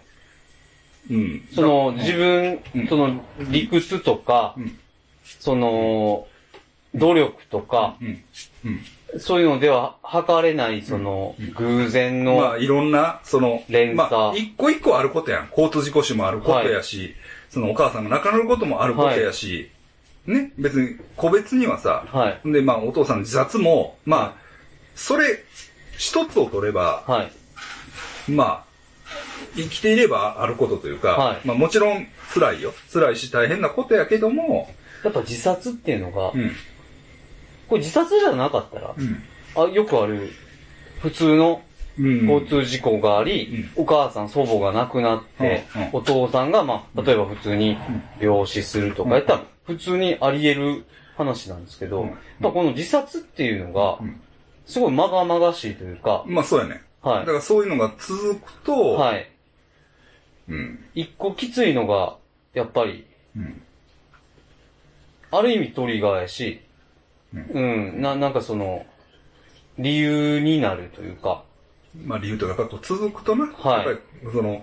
うん。
その、自分
うん、
その、理屈とか
うん、
その、努力とか、
うん。うん。
そういうのでは測れない、その、偶然
ま
の
あ、、いろんな、その、
連
ま
鎖
あ、一個一個あることやん。交通事故死もあることやし、そのお母さんが亡くなることもあることやし、ね、別に、個別にはさ、
はい。
で、まあ、お父さんの自殺も、まあ、それ、一つを取れば、
はい。
まあ、生きていればあることというか、
はい
まあ、もちろん辛いよ。辛いし大変なことやけども、
やっぱ自殺っていうのが
う、ん、
これ自殺じゃなかったら
う、ん、
あ、よくある、普通の
うん。
交通事故があり、お母さん、祖母が亡くなって
うんうん、
お父さんが、まあ、例えば普通に病死するとかやったら、普通にあり得る話なんですけ
う
ど
ん、
まあ、この自殺っていうのが
うん、
すごいまがまがしいというか、
まあ、そうやね。
は
だからそういうのが続くと、
い。はい。
うん、
一個きついのが、やっぱり、
うん、
ある意味トリガーやし、
う
うん、な、なんかその、理由になるというか、
まあ理由とか、やっぱこう続くとな、
はい
やっぱりその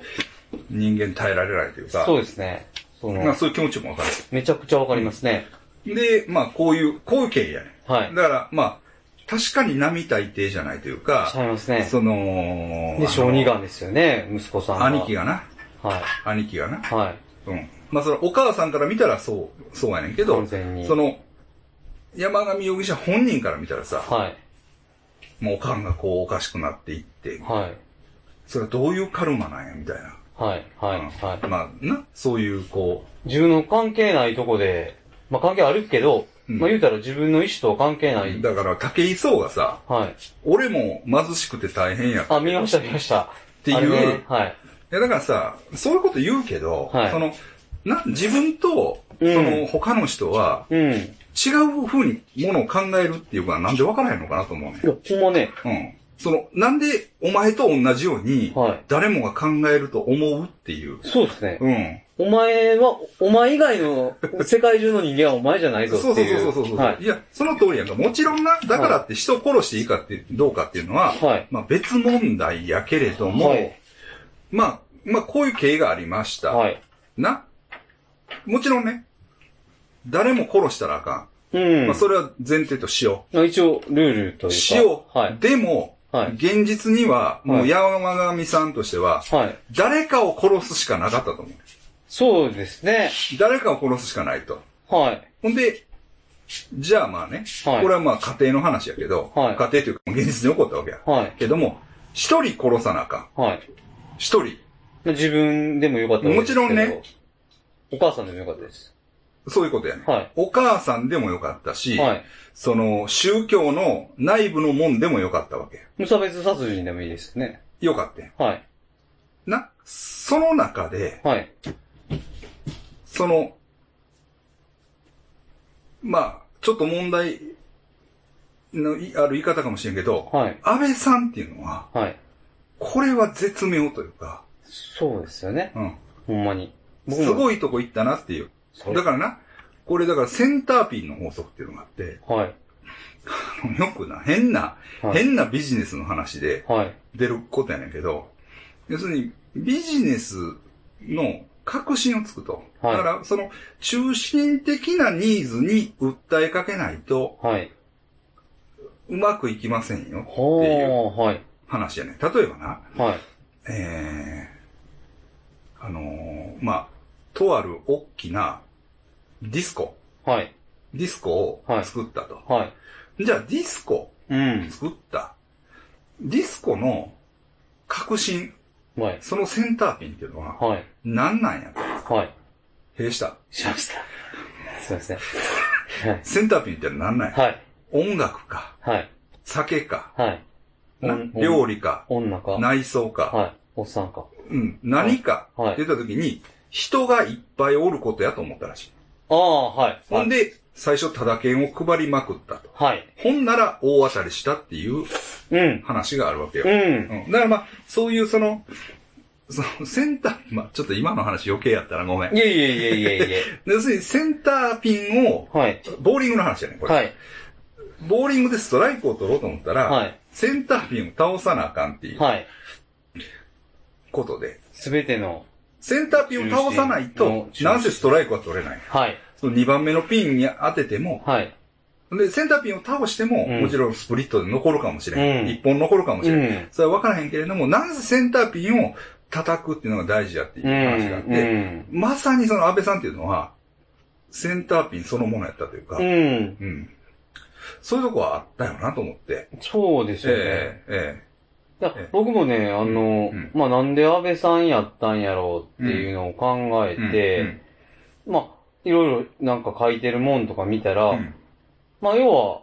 人間耐えられないというか、
そうですね。そ
まあ
の、
そういう気持ちもわか
めちゃくちゃわかりますね。
る。で、まあこういう、こういう経緯やね。
はい。
だからまあ、確かに並大抵じゃないというか
ち、ゃいますね。
その、
で、小児が
ん。
んですよね、息子さんが。
兄貴がな、
はい。
兄貴がな、
はい。
うん。まあそのお母さんから見たらそう、そうやねんけど
完、全に。
その、山上容疑者本人から見たらさ、
はい。
もうおかんがこうおかしくなっていって、
はい。
それはどういうカルマなんや、みたいな。
はい。はい。は
うんまあな、そういうこ
い。自分の関係ないとこで、まあ関係あるけど、
うん
まあ言うたら自分の意思とは関係な
う、
い。
だから武井壮がさ、
はい。
俺も貧しくて大変や。
あ、見ました、見ました。
ていう
あれねはい。
いやだからさ、そういうこと言うけど、
はい
その、な、自分と、そ
うん
の、他の人は、
うん。い
違う風にものを考えるっていうか、なんで分からへんのかなと思うね。
や、ほんまね、
うん。その、なんで、お前と同じように、
はい
誰もが考えると思うっていう。
そうですね。
うん。
お前は、お前以外の、世界中の人間はお前じゃないぞ
そう
って
そうそうそう
いう。
そうそう、。
はい
や、その通りやんか。もちろんな、だからって人を殺していいかって、どうかっていうのは、
はい
まあ別問題やけれど
い。
も、
はい。
まあ、まあこういう経緯がありました。
はい。
な。もちろんね、誰も殺したらあか
うん。
まあ、それは前提としよ
まあ一応、ルール
う。
というか。
しよう。
はい。
でも、
はい
現実には、も
は
う
い
山上さんとしては、
はい。
誰かを殺すしかなかったと思う。
そうですね。
誰かを殺すしかないと。
はい。
ほんで、じゃあまあね、
はい
これはまあ家庭の話やけど、
は
家
い
庭というか現実に起こったわけや。
はい
けども、一人殺さなあかん。
はい。
一人。
まあ自分でもよかったですけど
もちろんね。
お母さんでもよかったです。
そういうことやね。
はい
お母さんでもよかったし、
はい。
その宗教の内部の門でもよかったわけや。
無差別殺人でもいいですね。
よかったやん
はい。
な、その中で、
はい。
その、まあ、ちょっと問題のいある言い方かもしれんけど、
はい
安倍さんっていうのは、
はい。
これは絶妙というか、
そうですよね。
うん。
ほんまに。
す
い。
ごいとこ行ったなっていう。
そう
だからな、これだからセンターピンの法則っていうのがあって、 [laughs]
はい。
よくな、変な、
はい
変なビジネスの話で
はい。
出ることやねんけど、要するにビジネスの革新をつくと。
はい
だから、その中心的なニーズに訴えかけないと
はい。
うまくいきませんよっていう
ほー。はい。
話やねん。例えばな、
はい。
えー、あのーまあ、とある大きなディスコ。
はい。
ディスコを作ったと。
はい。
じゃあディスコ
うん。
作った。ディスコの革新、
はい。
そのセンターピンっていうのは、
はい。
何なんやと。
はい。
弊した。
しました。すいません。はい。
センターピンって何なんや。
はい。
音楽か、
はい。
酒か、
はい。
な
うん
料理か、
女か。
内装か、
はい。おっさんか。
うん、何か、
はい
って言った時に、人がいっぱいおることやと思ったらしい。
ああ、はい。
ほんで、最初、ただ券を配りまくったと。
はい。
ほんなら、大当たりしたっていう
うん。
話があるわけよ。
うん。
うんだからまあ、そういうその、そのセンター、まあちょっと今の話余計やったらごめん。
い
で
えいえいえいえいえ。
要するにセンターピンを、
はい。
ボーリングの話やね、これ。
はい。
ボーリングでストライクを取ろうと思ったら、
はい
センターピンを倒さなあかんっていう
はい。
ことで、
すべての。
センターピンを倒さないと
中、心
なんせストライクは取れない。
はい。
その2番目のピンに当てても、
はい。
で、センターピンを倒しても、
うん
もちろんスプリットで残るかもしれん。
うん
一本残るかもしれん。
うん
それは分からへんけれども、なんせセンターピンを叩くっていうのが大事だっていう
うん。
話があって、
うん。
まさにその安倍さんっていうのは、センターピンそのものやったというか、
う
うん。
ん。
そういうとこはあったよなと思って。
そうですよね。
ええ
だから
ええ
僕もね、あの、
うん
まあ、なんで安倍さんやったんやろうっていうのを考え
ええ
て、まあ、いろいろなんか書いてるもんとか見たら、
うんうん
まあ、要は、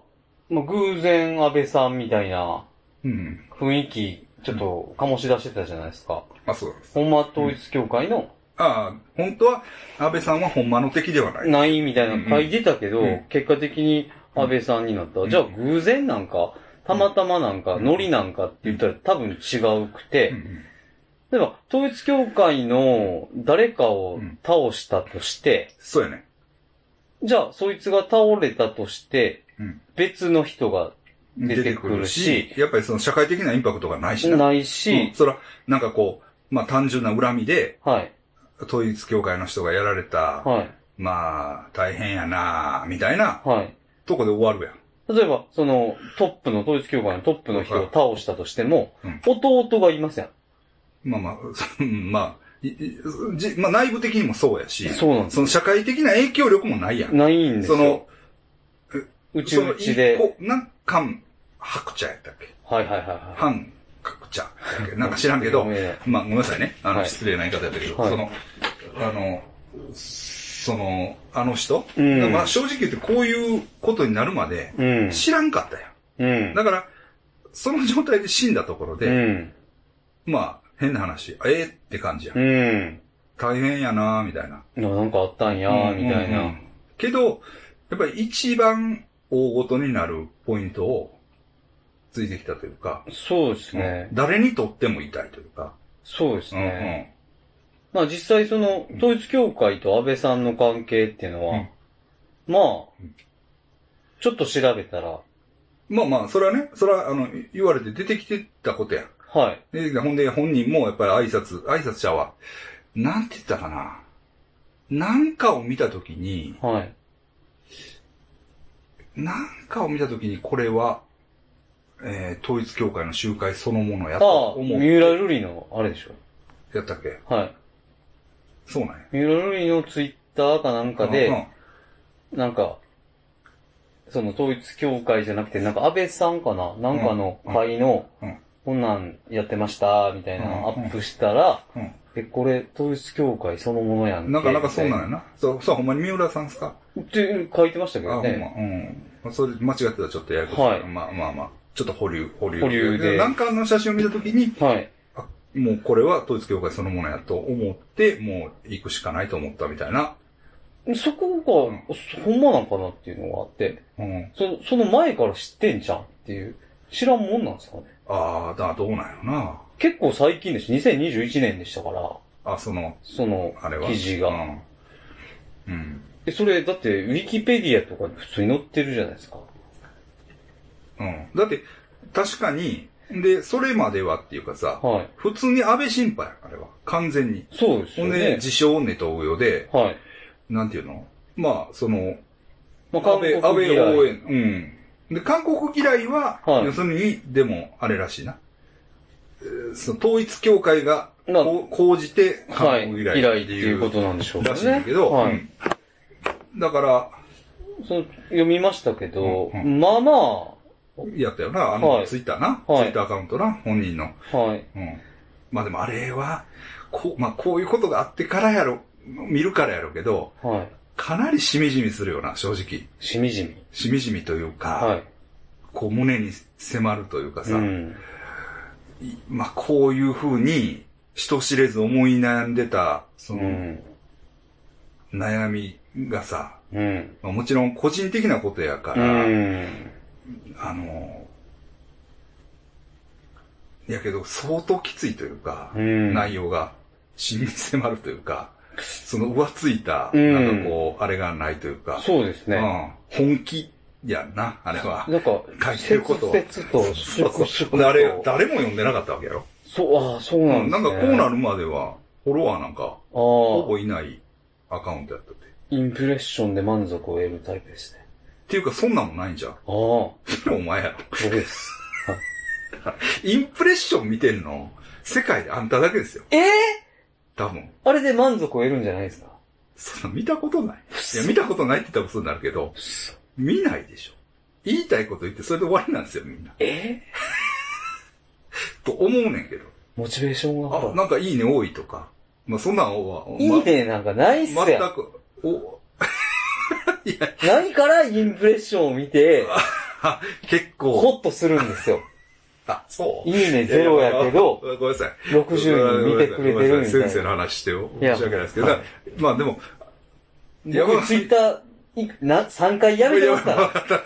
まあ、偶然安倍さんみたいな
うん。
雰囲気、ちょっと醸し出してたじゃないですか。
あ、そうなんです。
ほんま統一教会の
ああ、本当は安倍さんはほんまの敵ではない。
ないみたいなの書いてたけど、
うん
結果的に安倍さんになった。
ん
じゃあ偶然なんか、たまたまなんか、
うん
ノリなんかって言ったら多分違うくて、
うん
例えば、統一教会の誰かを倒したとして、
そうやね。
じゃあ、そいつが倒れたとして、
うん
別の人が
出
出
て
て
く
く
る
る
し
し、
やっぱりその社会的なインパクトがないしな。
ないし
うん、そら、なんかこう、まあ単純な恨みで、
はい、
統一教会の人がやられた、
はい、
まあ、大変やなあみたいな
はい。
とこで終わるやん。
例えば、その、トップの、統一教会のトップの人を倒したとしても、
うん
弟がいません。
まあまあ、 [laughs] うんまあ、いいじまあ内部的にもそうやし、
そうなんです
その社会的な影響力もないやん。
ないんです
そ
よ。
の、
うち
そうの
うちで。
一個なんか、白茶やったっけ
はいはいはいは
反白茶やったっ
[laughs]
けなんか知らん
い。
けど、
ごめんなさい
まあごめんなさいね。あの、
はい
失礼な言い方やったけど、
はい
その、あの、その、あの人、
うん
まあ正直言ってこういうことになるまで
うん。
知らんかったや
うん
ん。。だから、その状態で死んだところ
う
で、
ん。
まあ変な話、ええって感じやん。
うん。
大変やなみたいな。
いやなんかあったんや
う
ー、
ん
みたい
うんう
な。
んけど、やっぱり一番大ごとになるポイントをついてきたというか、
そうですね。
誰にとっても痛いというか、
そうですね。まあ実際その、統一教会と安倍さんの関係っていうのは、まあ、ちょっと調べたら、
うんうんまあまあ、それはね、それはあの言われて出てきてたことや。
はい。
出てきたほんで本人もやっぱり挨拶、挨拶者は、なんて言ったかな。なんかを見たときに、
はい。
なんかを見たときに、これは、えー、統一教会の集会そのものやと思う。
三浦瑠璃の、あれでしょ。
やったっけ
はい。
そうなんや。
三浦瑠璃のツイッターかなんか
うん
で、なんか、その統一教会じゃなくて、なんか安倍さんかななんかの会の
うんうん、
こんなんやってました、みたいな
うん
アップしたら、
うん
え、これ統一教会そのものや
う
んけ
ん。なかなかそうなんやな。そう、そう、ほんまに三浦さんですか
って書いてましたけ
あ、ほ
ど
んま。う
ね。
ん。まあそれ間違ってたらちょっとややこしいな。
はい
まあまあまあ。ちょっと保留、保留。
保留で
なんかの写真を見たときに、
はい。
あもうこれは統一教会そのものやと思って、もう行くしかないと思ったみたいな。
そこが、ほんまなんかなっていうのがあって、
うん。
その、その前から知ってんじゃんっていう、知らんもんなんですかね。
ああ、だ、どうなんやろな。
結構最近でしょ、2021年でしたから、
あ、その、
その
あれ、は。
記事が。
うん。うん。
え、それ、だって、ウィキペディアとかに普通に載ってるじゃないですか。
うん。だって、確かに、で、それまではっていうかさ、
はい。
普通に安倍審判やあれは。完全に。
そうです
ほ
よ
ん
ね。
で、自称ネトウヨで、
はい。
なんていうのまあ、その、
まあ、韓
安
国
倍、安倍
嫌い
応援。うん。で、韓国嫌いは、
はい
要するに、でも、あれらしいな。えーその統一教会が、
な
こう講じて、
はい。
韓国
嫌
嫌
い
い
って
って
い
いうう
ことなんでしょうからね。
しいんだけど、
はい。
うんだから、
その読みましたけど、
うんう
まあま
やったよな、あ
は
の、
い
ツイッターな、
は
ツ
い
イッターアカウントな、本人の。
あ、はい。
うん。まあでもあれは、こう、まあこういうことがあってからやろ、見るからやろうけど、
はい。
かなりしみじみするよな、正直。
しみじみ。
しみじみというか、
はい。
こう胸に迫るというかさ、
うん。
いまあこういうふうに、人知れず思い悩んでた、
う
その、
ん。
悩みがさ、
うん。
まあもちろん個人的なことやか
う
ら、
ん。
あの、やけど相当きついというか、
うん
内容が、しみ迫るというか、その浮ついた、
うん
なんかこう、あれがないというか、
そうです
う
ね。
ん、本気やんな、あれは。
なんか、
書いてることは
切々と、粛
そう
々
そう
と。
であれ、誰も読んでなかったわけやろ。
そう、ああ、そうなんです
なん
ね。
かこうなるまでは、フォロワーなんか、ほ
あ
ぼいないアカウントやったって。っ
あ、インプレッションで満足を得るタイプですね。
ていうか、そんなんもないんじゃん。 [laughs]
ああ、僕
それお前やろ。 [laughs]
です。
インプレッション見てんの、世界であんただけですよ。
ええ
多分。
あれで満足を得るんじゃないですか
そんな見たことない。いや、見たことないって言ったら嘘になるけど、見ないでしょ。言いたいこと言ってそれで終わりなんですよ、みんな。
え
と思うねんけど。
モチベーションが
あ、。なんかいいね多いとか。まあ、そんなんは、ま、
いいねなんかないっす
全
やん。
く、お、
何からインプレッションを見て、
結構、
ホッとするんですよ。
あ、そう。
いいねゼロやけど
い、や。ごめんなさい。
60人見てくれてるみ
ごめんなさい
た
先生
いな。
の話してよ。
いや
申し訳ないですけど。
はい
まあでも、
僕ツイッターいな、3回やめ
[laughs]
てますか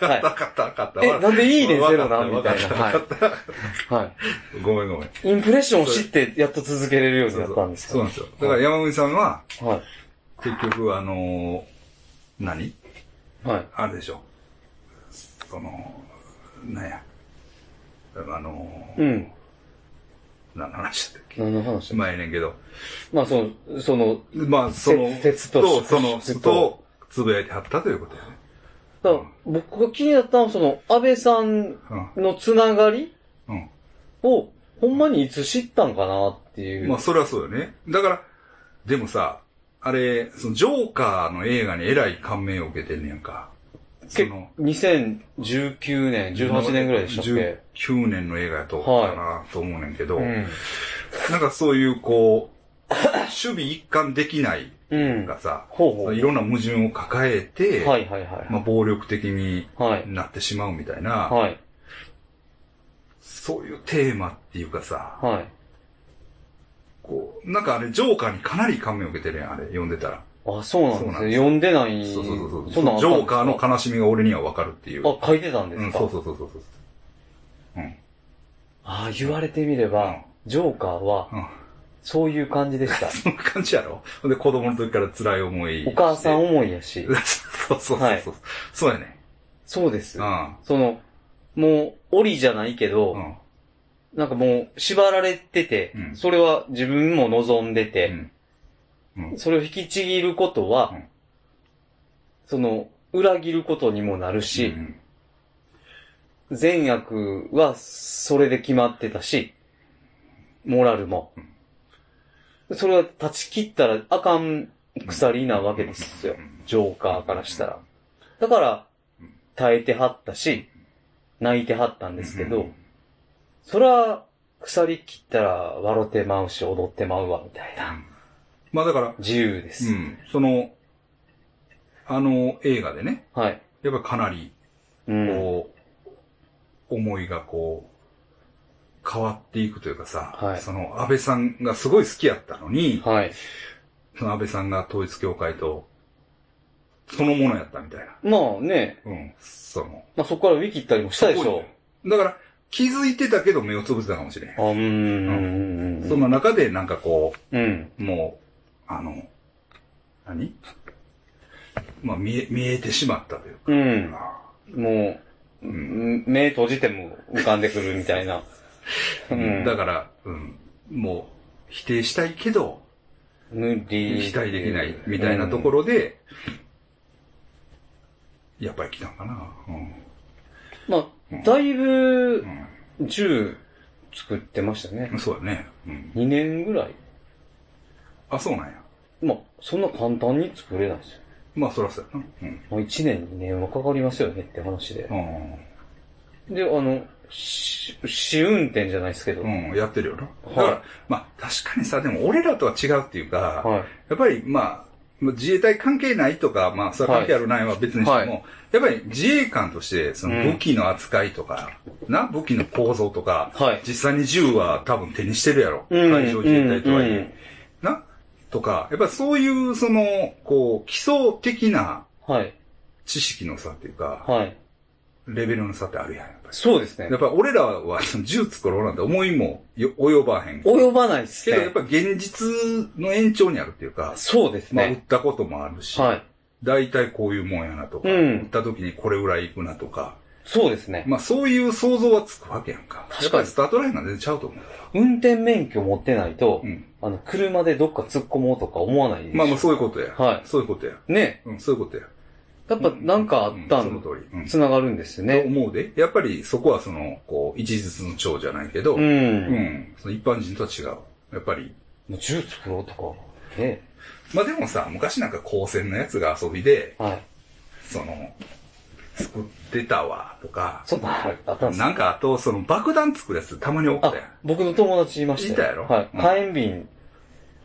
ら。
な
は
かった、なかった。
い。え、なんでいいね
わ
ゼ
か
ロ
った
なんみたいな。
わかっ
はい。は
たごめんごめん。
い。インプレッションを知ってやっと続けれるようになったんです
そう
よ
なんですよ。だから山口さんは、
は
結局あのー、何
い。はい。
あれでしょ。その、なんや。あの
うん。
ー、何の話だったっけ
何の話
まあええねんけど。
まあ、その、その、
まあ、その、
せ説と
と、その、
説と
と、つぶやいてはったということやね。
だから僕が気になったのは、その、安倍さんのつながり
うん。うん。
を、ほんまにいつ知ったんかなっていう。
まあ、それはそうよね。だから、でもさ、あれ、その、ジョーカーの映画にえらい感銘を受けてんねやんか。
け2019年、18年ぐらいでしたっけ
?19 年の映画やと思ったなと思うねんけど、
うん。
なんかそういう、こう、守備一貫できない
うん。
がさ、
ほうほう。
いろんな矛盾を抱えて、
はいはいはい。
まあ、暴力的に
はい。
なってしまうみたいな、
はい。
そういうテーマっていうかさ、
はい。
こう、なんかあれ、ジョーカーにかなり感銘を受けてるやん、あれ、読んでたら。
あ、そうな
そ
ん
う
で
なんで
す
すよ
ね。読んでない。
そうそうそうそ。
そうんなんあっ
ジ
たん
ョ
です
ーカーの悲しみが俺にはわかるっていう。
あ、書いてたんで
う
す
ん、
か
そうそうそうそうそう。うん。
あ、言われてみれば、ジョーカーは、
うん。
そういう感じでした。
そんな感じやろほんで、子供の時から辛い思い。
お母さん
を。
思いやし。
そうそうそうそう。
はい
そうやね。
そうです
う。ん。
その、もう、檻じゃないけど、
うん。
なんかもう、縛られてて、
うん
それは自分も望んでて、
うん。
それを引きちぎることは、
うん
その、裏切ることにもなる
う
し、
ん
善悪はそれで決まってたし、モラルも。それは断ち切ったらあかん鎖なわけですよ。ジョーカーからしたら。だから、耐えてはったし、泣いてはったんですけど、それは鎖切ったら笑ってまうし、踊ってまうわ、みたいな。
まあだから、
自由です。
うん、その、あの映画でね、
はい。
やっぱかなり、
うん。
こう、思いがこう、変わっていくというかさ、
はい
その安倍さんがすごい好きやったのに、
はい。
その安倍さんが統一教会と、そのものやったみたいな。
まあね、
うん、その。
まあそこからウィキ行ったりもしたでしょ。
だから、気づいてたけど目をつぶってたかもしれん。
あ、うんうんうんうん。
その中でなんかこ
うん。
う、もう、あの、何まあ、見え、見えてしまったというか。
うん。もう、
ん
目閉じても浮かんでくるみたいな。
[laughs]
うん。
だから、うん、もう、否定したいけど、
無理。
期待できないみたいなとこ
ろ。
ろで、やっぱり来たんかな。うん。
まあ、だいぶ、
う
銃作ってましたね
ん、。そうだね。うん。
2年ぐらい。
あ、そうなんや。
まあ、そんな簡単に作れないですよ。
まあ、そらそうやな。うん。
まあ、1年、2年はかかりますよねって話で。で、あの、し試運転じゃないですけど。
うん、うん、やってるよな。
い
だから、まあ、確かにさ、でも俺らとは違うっていうか、
はい。
やっぱり、まあ、まあ自衛隊関係ないとか、まあ、それは関係あるないは別にしても、
はい
やっぱり自衛官として、その武器の扱いとか、な、武器の構造とか、
はい
実際に銃は多分手にしてるやろ。
うん
海上自衛隊とはいえ、
うん
な、とか、やっぱそういう、その、こう、基礎的な
はい。
知識の差っていうか、
はい。
レベルの差ってあるやん、やっぱり。
そうですね
や。っぱ俺らはその銃作ろうなんて思いもよ及ばへん。
及ばないです
けどや
ね
っ。ぱ現実の延長にあるっていうか、
そうです
まあ、売っ
ね。
たこともあるし、
はい。
大体こういうもんやなとか、
うん
売った時にこれぐらいいくなとか、
そうですね。
まあそういう想像はつくわけやんか。
かに
やっぱりスタートラインが出ちゃうと思うよ。
運転免許持ってないと、
うん。
あの、車でどっか突っ込もうとか思わないでしょ
まあまあそういうことや。
はい
そういうことや。
ね。
うん、そういうことや。
やっぱなんかあった
うん
ん
その通り。うん。
つながるんですよ
と
ね。
思うで。やっぱりそこはその、こう、一日の長じゃないけど、う
う。
んんその一般人とは違う。やっぱり。
もう銃作ろうとか。ね。
まあでもさ、昔なんか高専のやつが遊びで、
はい。
その、作ってたわ、とか、
そんな、あったんです
なんかあと、その爆弾作るやつたまにおった
あ
やん。、
僕の友達いましたよ。
いたやろ
はい。
うん
火炎瓶。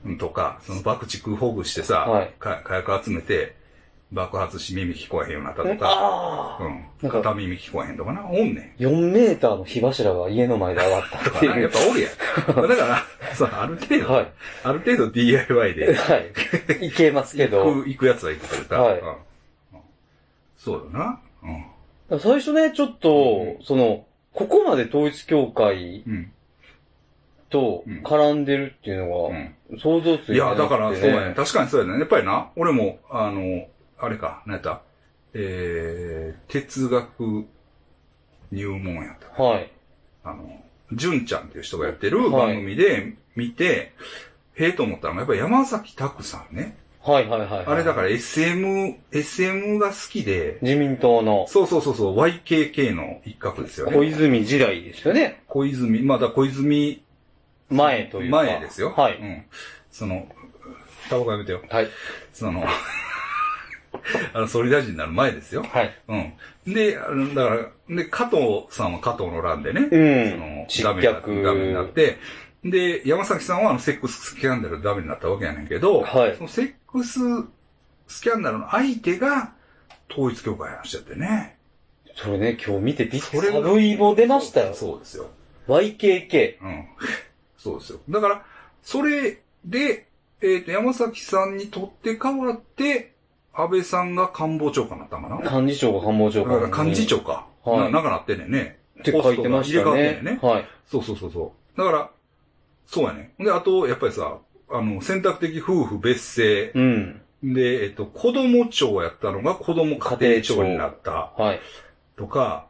うんとか、その爆竹保護してさ、
はい
か火薬集めて、爆発し耳聞こえへんようになったとか、
あ
う
あ。
ん。
なんか
片耳聞こえへんとかな、おんね
4メーターの火柱が家の前で上がっ
ん。と
たっ
か
て
な、[laughs]
い
や
う
っ。ぱおるやん。
[laughs]
だから、さ、ある程度、
はい
ある程度 DIY で、
はい。いけますけど。
行く行くやつは行くというか、
はい
うんうんそうだな。うん。
最初ね、ちょっと、その、ここまで統一教会
うん。
と絡んでるっていうの
う
が、
ん
想像ついて
いや、
なくて
だから、そうやね。
ね。
確かにそうやね。やっぱりな、俺も、あの、あれか、なんやった、えー、哲学入門やった。
はい。
あの、純ちゃんっていう人がやってる番組で見て、へえと思ったのが、やっぱり山崎拓さんね。
はいはいはいはい。
あれだから SM、SM が好きで、
自民党の
そうそうそうそう、YKK の一角ですよ
小
ね。
泉時代ですよね。
小泉、まだ小泉
前というか。
前ですよ。
は
う
い。
ん。その、タバコやめてよ。
はい。
その、 [laughs] あの、総理大臣になる前ですよ。
はい。
うん。で、あのだから、で、加藤さんは加藤の乱でね、
うん
その、ダメ
失
な
脚
ダメになって、で、山崎さんはあの、セックススキャンダルでダメになったわけやねんけど、
はい
そのセックススキャンダルの相手が、統一教会の人やってね。
それね、今日見てびっく
そ
り。
れ
サブイも出ましたよ。
そうですよ。
YKK。
うん。そうですよ。だから、それで、えっ、と、山崎さんにとって代わって、安倍さんが官房長官になったんかな
幹事長が官房長
だから
官。
幹事長か。
はい
ななんかなってんねんね。
って書いてまし
ポス
た
トが入れ替わって
ね
んねんね。
はい。
そうそうそうそう。だから、そうやね。で、あと、やっぱりさ、あの、選択的夫婦別姓。
うん。
で、えっと、子供庁やったのが子供家庭庁になった
はい。
とか、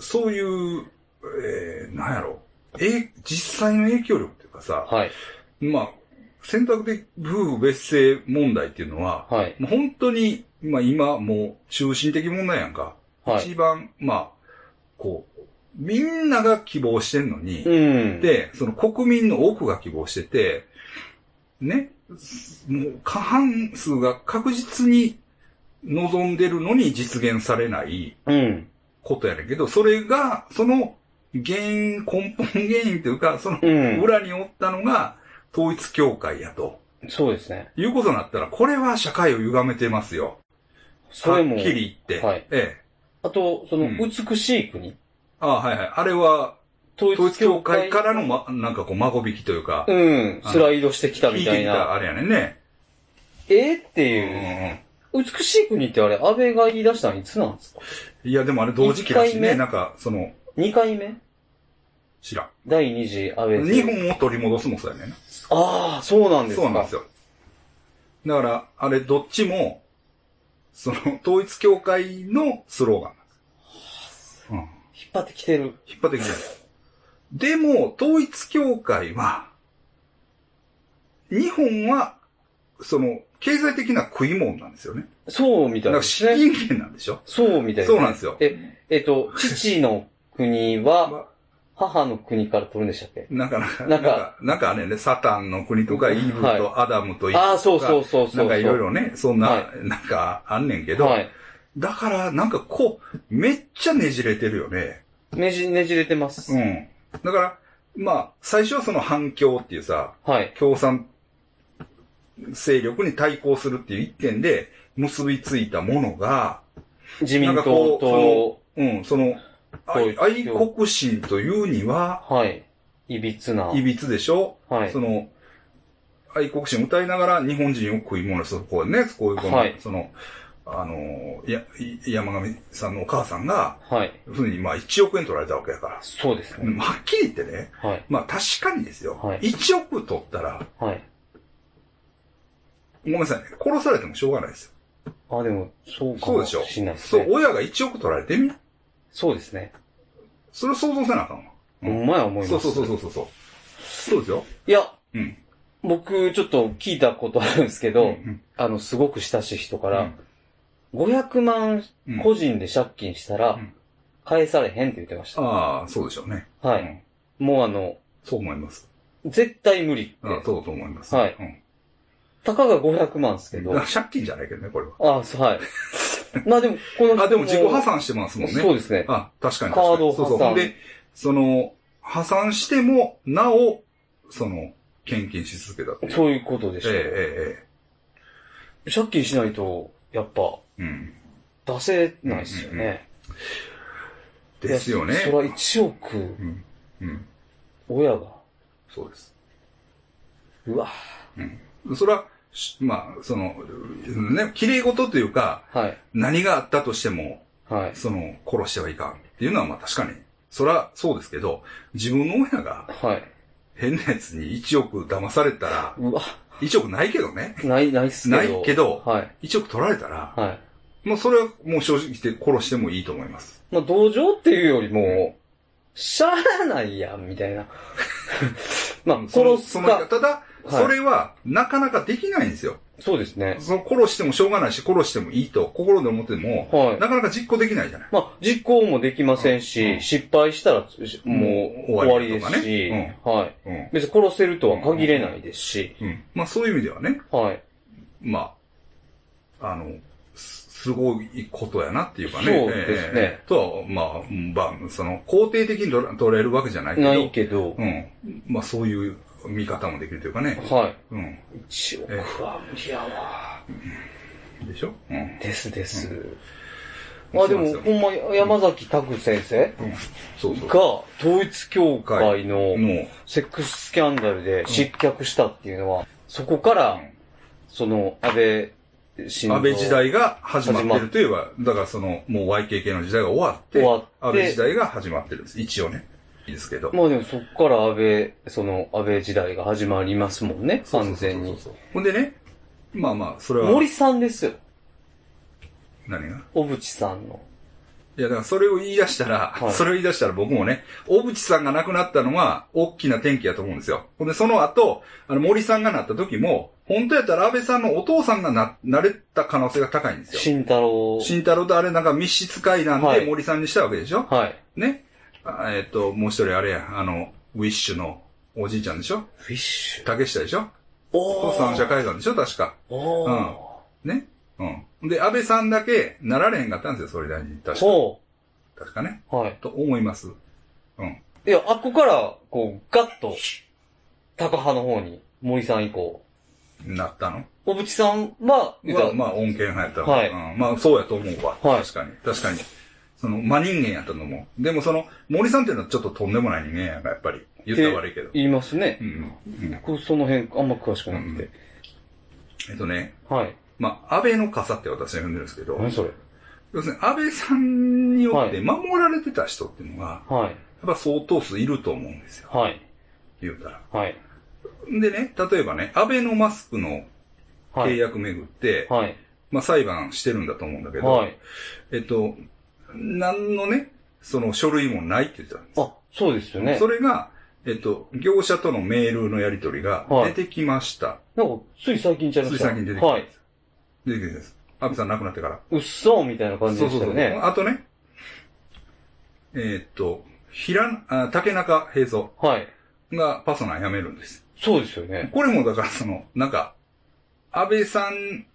そういう、えー、なんやろ。え、実際の影響力っていうかさ、
はい。
まあ、選択的夫婦別姓問題っていうのは、
はい。
もう本当にまあ今もう中心的問題やんか。
はい。
一番、まあ、こう、みんなが希望してんのに、
うん。、
で、その国民の多くが希望してて、ね、もう過半数が確実に望んでるのに実現されない
うん。
ことやねんけど、それが、その原因、根本原因というか、その
うん
裏におったのが統一教会やと。
そうですね。
いうことになったら、これは社会を歪めてますよ。
そ
は
れ
っ
も、
きり言って。
はい
ええ。
あと、その、
うん
美しい国。
ああはいはい。あれは、
統
統
一
一教
教
会
会
からの、ま、なんかこう、孫引きというか、
うん、スライドしてきた
聞
み
い
た
て
い
きた
な。
あれやねんね。
えーって
うん
いう。
う
美しい国ってあれ、安倍が言い出したのいつなんですか
ん。いや、でもあれ同時期だし
一回
ね、
目
なんか、その、
?2 回目
知らん。
第2次安倍。
日。本を取り戻すもそうやねんな。
ああ、そうなんですか。
そうなんですよ。だから、あれ、どっちも、その、統一教会のスローガンなんです。うん。
引っ張ってきてる。
引っ張ってきてる。でも、統一教会は、日本は、その、経済的な食い物なんですよね。
そうみた
だか
い
ら、
で
資
すね。
金源なんでしょ
そうみたい
そうなん
ん
ですよ。
え、えっと、父の
[laughs]
国
ま
は、母の国から取るんでしたっけ
なんか、なんか、な
なんん
か
か、
なんかね、サタンの国とか、イブ
はい
とアダムとイブとか、
ああ、そうそうそうそうそう。
なんかいろいろね、そんな、
は
なんかあんねんけど、
はい。
だから、なんかこう、めっちゃねじれてるよね。
ねじ、ねじれてます。
うん。だから、まあ、最初はその反共っていうさ、
はい。
共産勢力に対抗するっていう一点で結びついたものが、
自民
なん
党
かこう
と、
うん、その、
こう
愛愛国心というには、
はい。いびつな。
いびつでしょ
はい
そ。の、愛国心を歌いながら日本人を食い物にする、こうね、こういうこの、
はい
その、あの、や、い山上さんのお母さんが、
はい。
要するにまあ1億円取られたわけやから。
そうです
で
ね。
もはっきり言ってね、
はい。
まあ確かにですよ。
はい
1億取ったら、
はい。
ごめんなさいね、殺されてもしょうがないですよ。
あ、でも、そうか
そう
も
でしょ
しれないです
そう、
ね。
親が1億取られてみ
そうですね。
それを想像せなあかんわ。
ほんまや思います。
そうそうそうそうそうそう。そうですよ。
いや、
うん。
僕、ちょっと聞いたことあるんですけ
う
ど、
ん
あの、すごく親しい人か
う
ら
ん、
500万
うん
個人で借金したら、
うん
返されへんって言ってました。
ああ、そうでしょうね。
は
うん
い。もうあの、
そう思います。
絶対無理
あ
っ
あ
て。
そうだと思います。
はい
うん
たかが500万ですけど。
だから借金じゃないけどね、これは。
あ、そ
[laughs]
う、はい。まあでも、この人
あ、でも自己破産してますもんね。
そうですね。
あ、確かに確かに。
カードを破産
そうそう。ほんで、その、破産しても、なお、その、献金し続けたっていう。
そういうことでし
え
ょ
え
う。
え
借金しないと、やっぱ、
えええうん。
出せないですよね。
ですよね
いや。それは1
う
億、
ん。うん。
親が。
そうです。
うわ
それは、しまあ、その、ね、綺麗事というか、
はい。
何があったとしても、
はい。
その、殺してはいかんっていうのは、まあ確かに、それはそうですけど、自分の親が
はい。
変なやつに1億騙されたら、
うわ
1億ないけどね。
ない、ないっすけど。
ないけど
はい。
1億取られたら、
はい。
もうそれはもう正直して殺してもいいと思います。
まあ、同情っていうよりも、しゃあないやん、み
[laughs]
たいな。まあ、
その
殺
そ
す
の
か。
ただ、
い
それはなかなかできないんですよ。
そうですね。
その殺してもしょうがないし、殺してもいいと心で思っても、
はい。
なかなか実行できないじゃない。
まあ、実行もできませんし、
うん
失敗したら、しも
もう
う終わ
終
りで
わりとか
す
ね
し、はい。
うん。
別に殺せるとは限れないですし、
うん。まあそういう意味ではね、
はい。
まあ、あの、すすごいことやなっていうかね。
そうですね
ええとは、まあ、まあ、その、肯定的に取ら取れるわけじゃないけど、
ないけど、
うん。まあそういう見方もできるというかね。
は
うん。
い。1億は無理やわ。
でしょうん。
ですです。
うん
あ、で
そ
も、
う
ほんま、山崎拓先生
うん。そうそう。
が、統一教会の、
も
セックススキャンダルで失脚したっていうのは、そこから、その、安倍
う、
晋
安
三
倍時代が始まっ
始ま
て
っ
るといえば、だからその、もう YKK の時代が終わって、
終わって
安倍時代が始まってるんです。一応ね。いいですけど。
まあでもそこから安倍、その、安倍時代が始まりますもんね、
そうそうそう
完
そう
全に。。
ほんでね、まあまあ、それは、
森さんですよ。
何が
小渕さんの。
いや、だからそれを言い出したら、
はい
それを言い出したら僕もね、小渕さんが亡くなったのは大きな転機やと思うんですよ。ほんで、その後、あの森さんがなった時も、本当やったら安倍さんのお父さんがな、なれた可能性が高いんですよ。
慎太郎。
慎太郎とあれなんか密室会談
は
で
い
森さんにしたわけでしょ、
はい。
ね。あえっ、と、もう一人あれや、あの、ウィッシュのおじいちゃんでしょ
フィッシュ。
竹下でしょ
お
お
ー。
三者会談でしょ確か。
おー。
ね。うん。で、安倍さんだけなられへんかったんですよ、総理大臣に。確か
ほ
確かね。
う。はい。
と思います。
いや、あっこから、こう、ガッと、高派の方に、森さん以降。
なったの
小渕さんは、言うた
は
ら
まあ、恩恵派やったわ、
はい
うんまあ、そうやと思うわ。
はい
確かに。確かに。その、真人間やったと思う。でもその、森さんっていうのはちょっととんでもない人間やから、やっぱり。言ったら悪いけど。
言いますね
う。んうん。うん
僕、その辺、あんま詳しくなくて。
えっとね、
はい。
まあ、安倍の傘って私は呼んでるんですけど、
何それ
要するに安倍さんによって
は
守られてた人っていうのが、
はい。
やっぱ相当数いると思うんですよ。
はい。
言うたら。
はい。
でね、例えばね、安倍のマスクの
は
契
い。
約めぐって、
はい。
まあ裁判してるんだと思うんだけど、
はい。
えっと、何のね、その書類もないって言ってたんです。
あ、そうですよね
そ。れが、えっと、業者とのメールのやり取りが
はい
出てきました。
なんか、つい最近ちゃいま
つい
した。
最近出てきた
は
ん
い
で。す。出てきたんです。安倍さん亡くなってから。
うっそーみたいな感じ
そう
で
そう
し
そ
た
う。
よね。
あとね、えっと、平な、あ竹中平蔵
はい。
がパソナン辞めるんです。
そうですよね。
これもだからその、なんか、安倍さん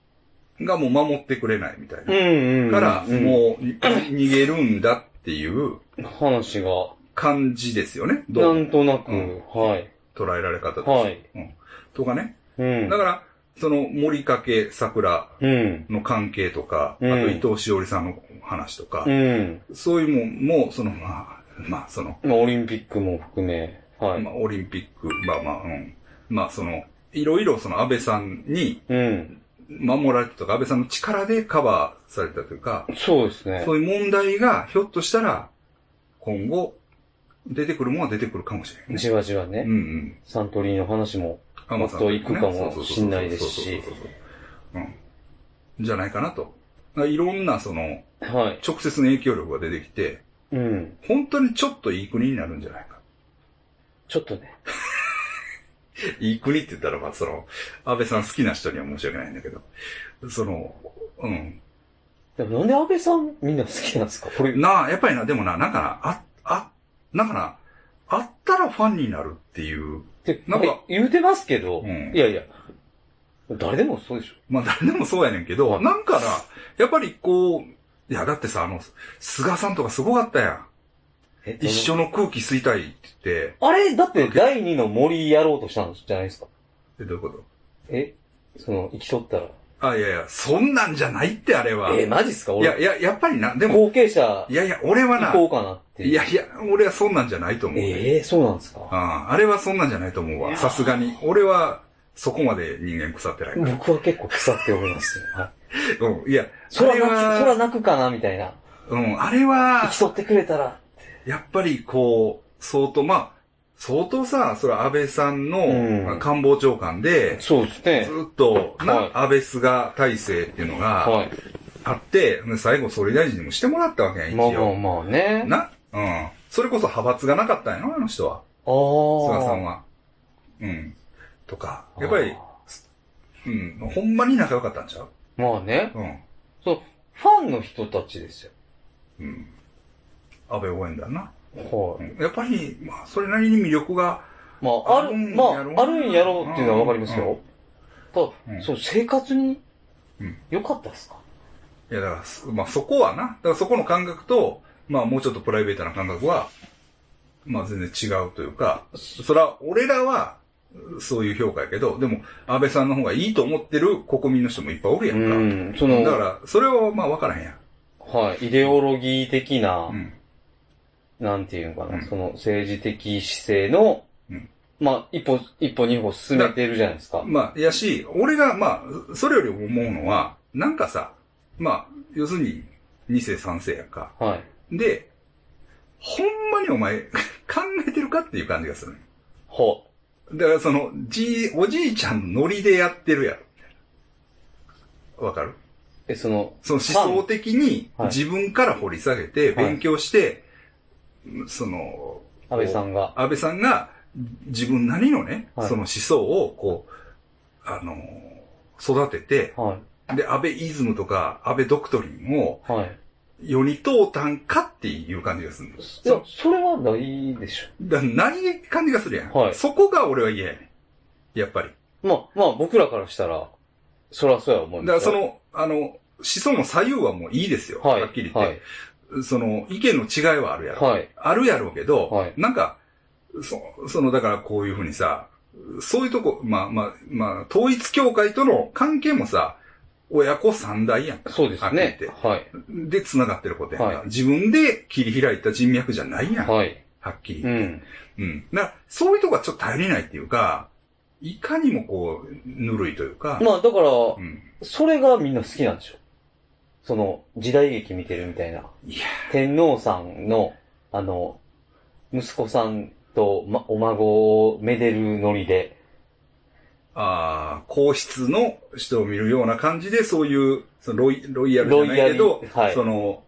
がもう守ってくれないみたい
うん
な。
うんうん。
から、
うん
もう、に逃げるんだっていう
話が、
感じですよね。ど
な
うん
となく、
うん
はい。
捉えられ方として。
はい
うん。とかね。
うん
だ。から、その、森掛桜
うん。
の関係とか、
うん
あと伊藤しおりさんの話とか、
うん。
そういうもんも、その、まあ、まあ、その、
まあ、オリンピックも含め、はい。
まあ、オリンピック、まあまあ、うん。まあ、その、いろいろその安倍さんに
うん。
守られてとか、安倍さんの力でカバーされたというか、
そうですね。
そういう問題が、ひょっとしたら、今後、出てくるものは出てくるかもしれないね。
じわじわ
う
ね
ん、うん。
サントリーの話も。
アマゾン
もっと行くかもしんないです
そう
し。
そうそうそうそううん。じゃないかなと。だからいろんなその、
はい。
直接の影響力が出てきて、
うん。
本当にちょっといい国になるんじゃないか。
ちょっとね。
いい国って言ったら、まあその、安倍さん好きな人には申し訳ないんだけど、その、うん。
でもなんで安倍さんみんな好きなんですかこれ、
なあ、やっぱりな、でもな、なんかな、あ、あ、なんかな、あったらファンになるっていう、
って、
な
なんん
か
か言うてますけど、
うん
いやいや、誰でもそうでしょ。
まあ誰でもそうやねんけど、なんかな、やっぱりこう、いやだってさ、あの、菅さんとかすごかったやん。
え
一。緒の空気吸いたいって言って、
あれ、だって第二の森やろうとしたんじゃないですか。
え、どういうこ
えその、生きとったら。
とあ、いやいや、そんなんじゃないって、あれは。
えー、マジっすか
いや、
俺、
いや、やっぱりな、でも、
後継者
いやいや、俺は
行
な、
こうかなって。
いや、いや、俺はそんなんじゃないと思う。
ええー、そうなんですか
あああれはそんなんじゃないと思う
い
わ。
や
さすがに。俺は、そこまで人間腐ってないから。
僕は結構腐って思いますね。はい。
うん。いや、あ
そら
れ
泣く、そら
は、
泣くかなみたいな。
うん、あれ
生
は
き、とってくれたら。
やっぱりこう、相当、まあ、相当さ、それは安倍さんの、
うん
まあ官房長官で、
そうですね
ずっと、な、
はい
安倍菅体制っていうのが
は
あって、で最後総理大臣にもしてもらったわけやん、
い。
一
まあまあ
応。
まあね。あ
な、うん。それこそ派閥がなかったんやろ、あの人は。
あー。
菅さんは。うん。とか、やっぱり、うん、ほんまに仲良かったんちゃう
まあね。
うん。
その、ファンの人たちですよ。
うん。安倍応援だな。
は
う
い。
んやっぱり、まあ、それなりに魅力が、
まあ、あ
ある
る、
ん
ま
やろうな
あ、あるんやろうっていうのはわかります
うん
よ。ただ
うん、
その生活に
うん、
良かったですか
いや、だからす、まあ、そこはな。だからそこの感覚と、まあ、もうちょっとプライベートな感覚は、まあ、全然違うというか、それは、俺らは、そういう評価やけど、でも、安倍さんの方がいいと思ってる国民の人もいっぱいおるや
うん
か。
ん。そ
だか
の、
ら、それは、まあ、わからへんやん。
はい。イデオロギー的な
う、ん。
なんていうのか
うん
な、その政治的姿勢の
うん、
まあ、一歩、一歩二歩進めてるじゃないですか。
まあ、やし、俺が、まあ、それより思うのは、なんかさ、まあ、要するに、二世三世やんか。
はい。
で、ほんまにお前、考えてるかっていう感じがするね。
ほ
だからその、じい、おじいちゃんのノリでやってるやろ。わかる
う。え、その、
その思想的に
はい
自分から掘り下げて
はい
勉強して、その、
安倍さんが
こう安倍さんが自分なりのね、
はい
その思想をこう、あのー育てて、
は
で、安倍イズムとか安倍ドクトリンを
い、はい。
世に問うたんかっていう感じがするんです。
いや、それはないでし
だない感じがするやん。
はい
そこが俺は嫌やねん。やっぱり。
ょ。まあ、まあ僕らからしたら、そらそうや思い
だか
ま
ら
す
そ
よ。
の、あの、思想の左右はもういいですよ。
はい、
はっきり言
は
っ
い
て。、その、意見の違いはあるやろ。
はい、
あるやろうけど、
はい
なんか、そその、だからこういうふうにさ、そういうとこ、まあまあ、まあ、統一教会との関係もさ、親子三代やん。
そうです
はっ
ね
きり言っ。
はい、
てで、繋がってることやんか、
はい
自分で切り開いた人脈じゃないやん。は
はい。
っきり
う
言って。
ん。
うん。だからそういうとこはちょっと頼りないっていうか、いかにもこう、ぬるいというか、
まあだから、
うん。
それがみんな好きなんでしょ。その、時代劇見てるみたいな。
いや、
天皇さんの、あの、息子さんと、ま、お孫をめでるノリで、
ああ、皇室の人を見るような感じで、そういう、そのロイロイヤルじゃないけど
ロイヤ、ルはい
その、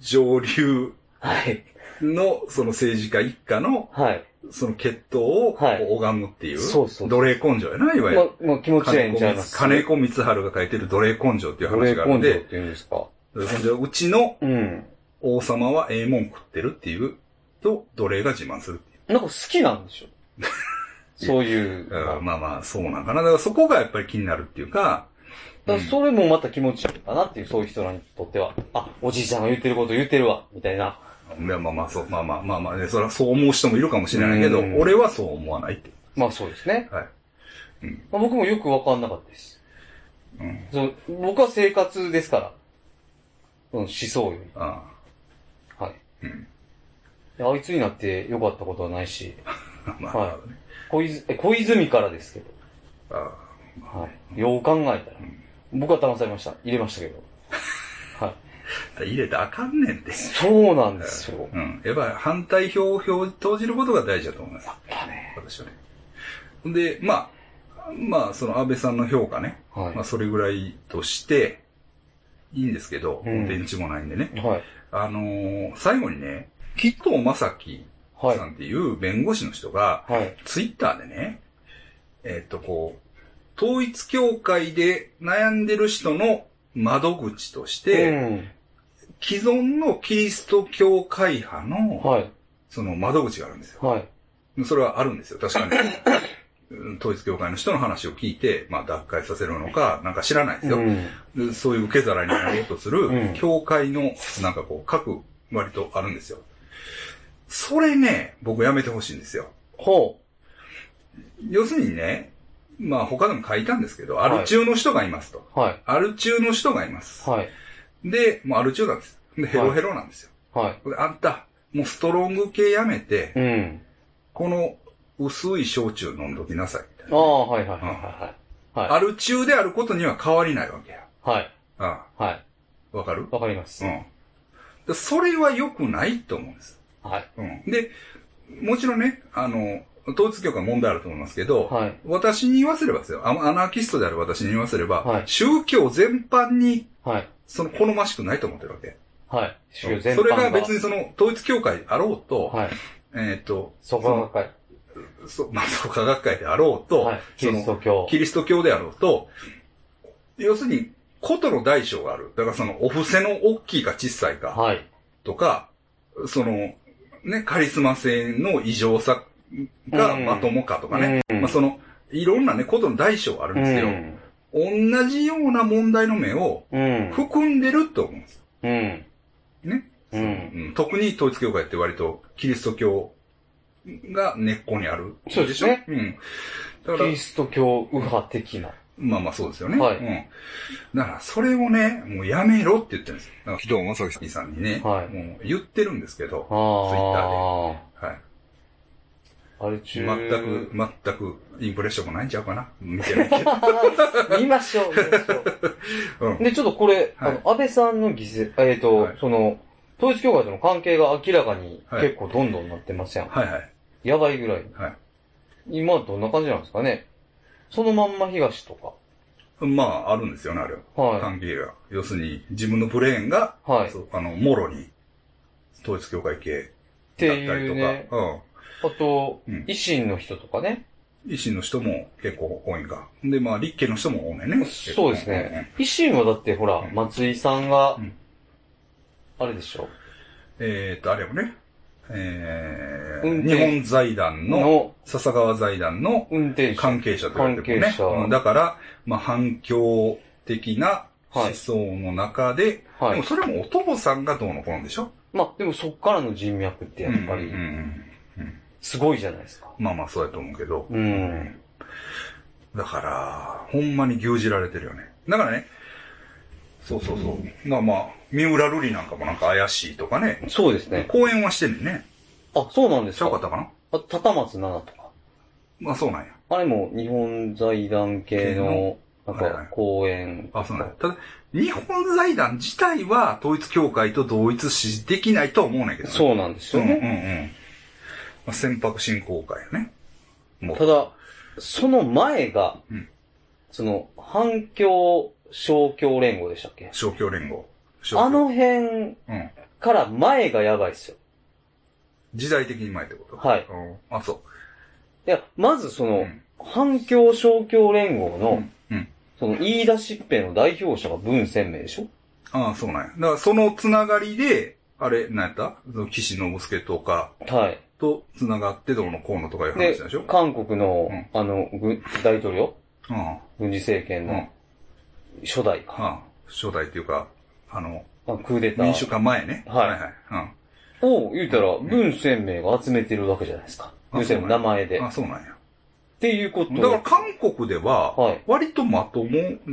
上流
はい、
の、その政治家一家の、
はい。
その血統をこ
はいう
拝むっていう、
そうそう
奴隷根性やな、いわゆ
ま
る。、
まあ気持ちええんちゃいます。
金子光晴が書いてる奴隷根性っていう
奴隷
話があるん
根性っ
で
て、言うんですか。
奴隷根性うちの
うん。
王様はええもん食ってるっていう、と、奴隷が自慢するって [laughs] いう。
なんか好きなんでしょそういう。
だから
だか
まあまあ、そうなんかな。だからそこがやっぱり気になるっていうか、
らそれもまた気持ちいいかなっていう、そういう人らにとっては、あ、おじいちゃんが言ってること言ってるわ、みたいな。
いや、まあまあ、そう、まあまあ、まあまあね、それはそう思う人もいるかもしれないけど、
うん
俺はそう思わないって。
まあそうですね。
はい。
まあ、僕もよくわかんなかったです。
うん。
その僕は生活ですから。その思想より。
あ [laughs]
はい。
うん
であいつになって良かったことはないし、
あ。まあ、
はい小泉え小泉からですけど、
ああ
はい。よう考えたら。僕は騙されました。入れました
[laughs]
けど。はい。
入れたらあかんねんって。
そうなんですよ。
うん。やっぱり反対票を票投じることが大事だと思います。
だね。
私はね。で、まあ、まあ、その安倍さんの評価ね。
は
まあ、それぐらいとして、いいんですけど、
うん
電池もないんでね。
い。はい。
あのー最後にね、紀藤正樹
はい
さ。んっていう弁護士の人が、
はい。
ツイッターでね、えっと、こう、統一教会で悩んでる人の窓口として、
うん、
既存のキリスト教会派の、
はい。
その窓口があるんですよ。
はい。
それはあるんですよ。確かに。うん統一教会の人の話を聞いて、まあ、脱会させるのか、なんか知らないですよ。
ん。
でそういう受け皿になろうとす
う
る
ん、
教会の、なんかこう、各、割とあるんですよ。それね、僕やめてほしいんですよ。
ほ
要するにね、まあ他でも書いたんですけど、
はい
アル中の人がいますと。
う。はい。
アル中の人がいます。
はい。
で、もうアル中なんです。で、ヘロヘロなんですよ。
はい。
であんた、もうストロング系やめて、
うん。
この薄い焼酎飲んどきなさいみたい
あ
な。
あ、はいはいはいはい。は
アル中であることには変わりないわけや。
い。はい。
あ
はい。
あ、わかる
わかります
う。ん。でそれは良くないと思うんです。
はい。
うん。で、もちろんね、あの、統一教会問題あると思いますけど、
はい。
私に言わせればですよ、アアナーキストである私に言わせれば、
はい
宗教全般に
はい。
その好ましくないと思ってるわけ。
はい。主
う
要
ん
全般
それが別にその統一教会あろうと、
はい。
えっ、と、
そこが深い。
そ [laughs] まあ、そう科学会であろうと、
はい。キ
そ
リス
の
ト教。
キリスト教であろうと、要するに、ことの大小がある。だからその、お布施の大きいか小さいか
はい。
とか、その、ね、カリスマ性の異常さがまともかとかね、
うん
まあその、いろんなね、ことの大小があるん
う
ですよ。
ん。
同じような問題の目を
うん。
含んでると思うんですよ。
うん。
ね。
うん。
うん特に統一教会って割とキリスト教が根っこにある。
そうですね
しょ。うん。だ
キ
から
リ、スト教右派的な。
まあまあそうですよね。
はい
うん。だから、それをね、もうやめろって言ってるんですよ。だから、木戸正樹さんにね、
はい
もう言ってるんですけど、
あ
はい。
あ。あれ中。
全く、全く、インプレッションもないんちゃうかな見てないけど。
[laughs] 見ましょう、見ましょ
う
う。
ん。
で、ちょっとこれ、
はい
あの、安倍さんの犠牲、えっ、と、
はい
その、統一教会との関係が明らかに
はい
結構どんどんなってません、
はいはい。
やばいぐらい。
はい。
今どんな感じなんですかねそのまんま東とか。
うまあ、あるんですよね、あれは。
は
関係が。要するに、自分のブレーンが、
い。はい。っ
そうあの、もろに、統一教会系
て
だったりとか、
いうね。あと、
うん
維新の人とかね。
うん。維新の人も結構多いんか。で、まあ、立憲の人も多いねんね。
そうですね。維新はだってほら、
うん
松井さんが
うん、
あれでしょ。
うんうんうん。えーっと、あれもね、え
運
ー、
転
日本財団の、
の
笹川財団の
運転手。
関係者と言われてる
関
ね
係者。
うんだから、まあ、反共的な思想の中で、
は
でも
い。
それもお父さんがどうのこうのでしょ
まあ、でもそっからの人脈ってやっぱり
うんう、んうん
すごいじゃないですか。
まあまあそうやと思うけど。
うん。
だから、ほんまに牛耳られてるよね。だからね、そうそうそう。まあまあ、三浦瑠璃なんかもなんか怪しいとかね。
そうですね。
講演はしてんねんね。
あ、そうなんです
ちゃうかっ
か。
たかな
あ、高松菜奈とか。
まあそうなんや。
あれも日本財団系の、なん
はいはい
か、講演。
あ、そうなんや。ただ、日本財団自体は統一教会と同一視できないとは思うねんけどね。
そうなんです
うん
よ
うんう
ね。
ん。まあ、船舶振興会よね。もう
ただ、その前が
うん、
その、反共小共連合でしたっけ
勝共連合。勝共
あ、の辺
うん。
から前がやばいっすよ。
時代的に前ってこと
はい。
うんあ、そ。
いや、まずそう
う
の、
ん。
反共小共連合の、
うん。
その、言い出しっぺの代表者が文鮮明でしょ
ああ、そうなんや。だからそのつながりで、あれ、なんやったその岸信介とか
はい。
とつながってどうのこうのとかいう話
で
なんでしょ、
韓国の
うん、
あの、軍大統領
うん。うん。
軍事政権
は
の初代か。
あ、初代っていうか、あの、
まあクーデタ
民主
ー
化前ね。
はい
はいはい。
を、言うたら、文鮮明が集めてるわけじゃないですか。
あ
文鮮明の名前で。
うん。
っ
あ、そうなんや。
ていうこと
だから韓国では、
はい。
割とまとも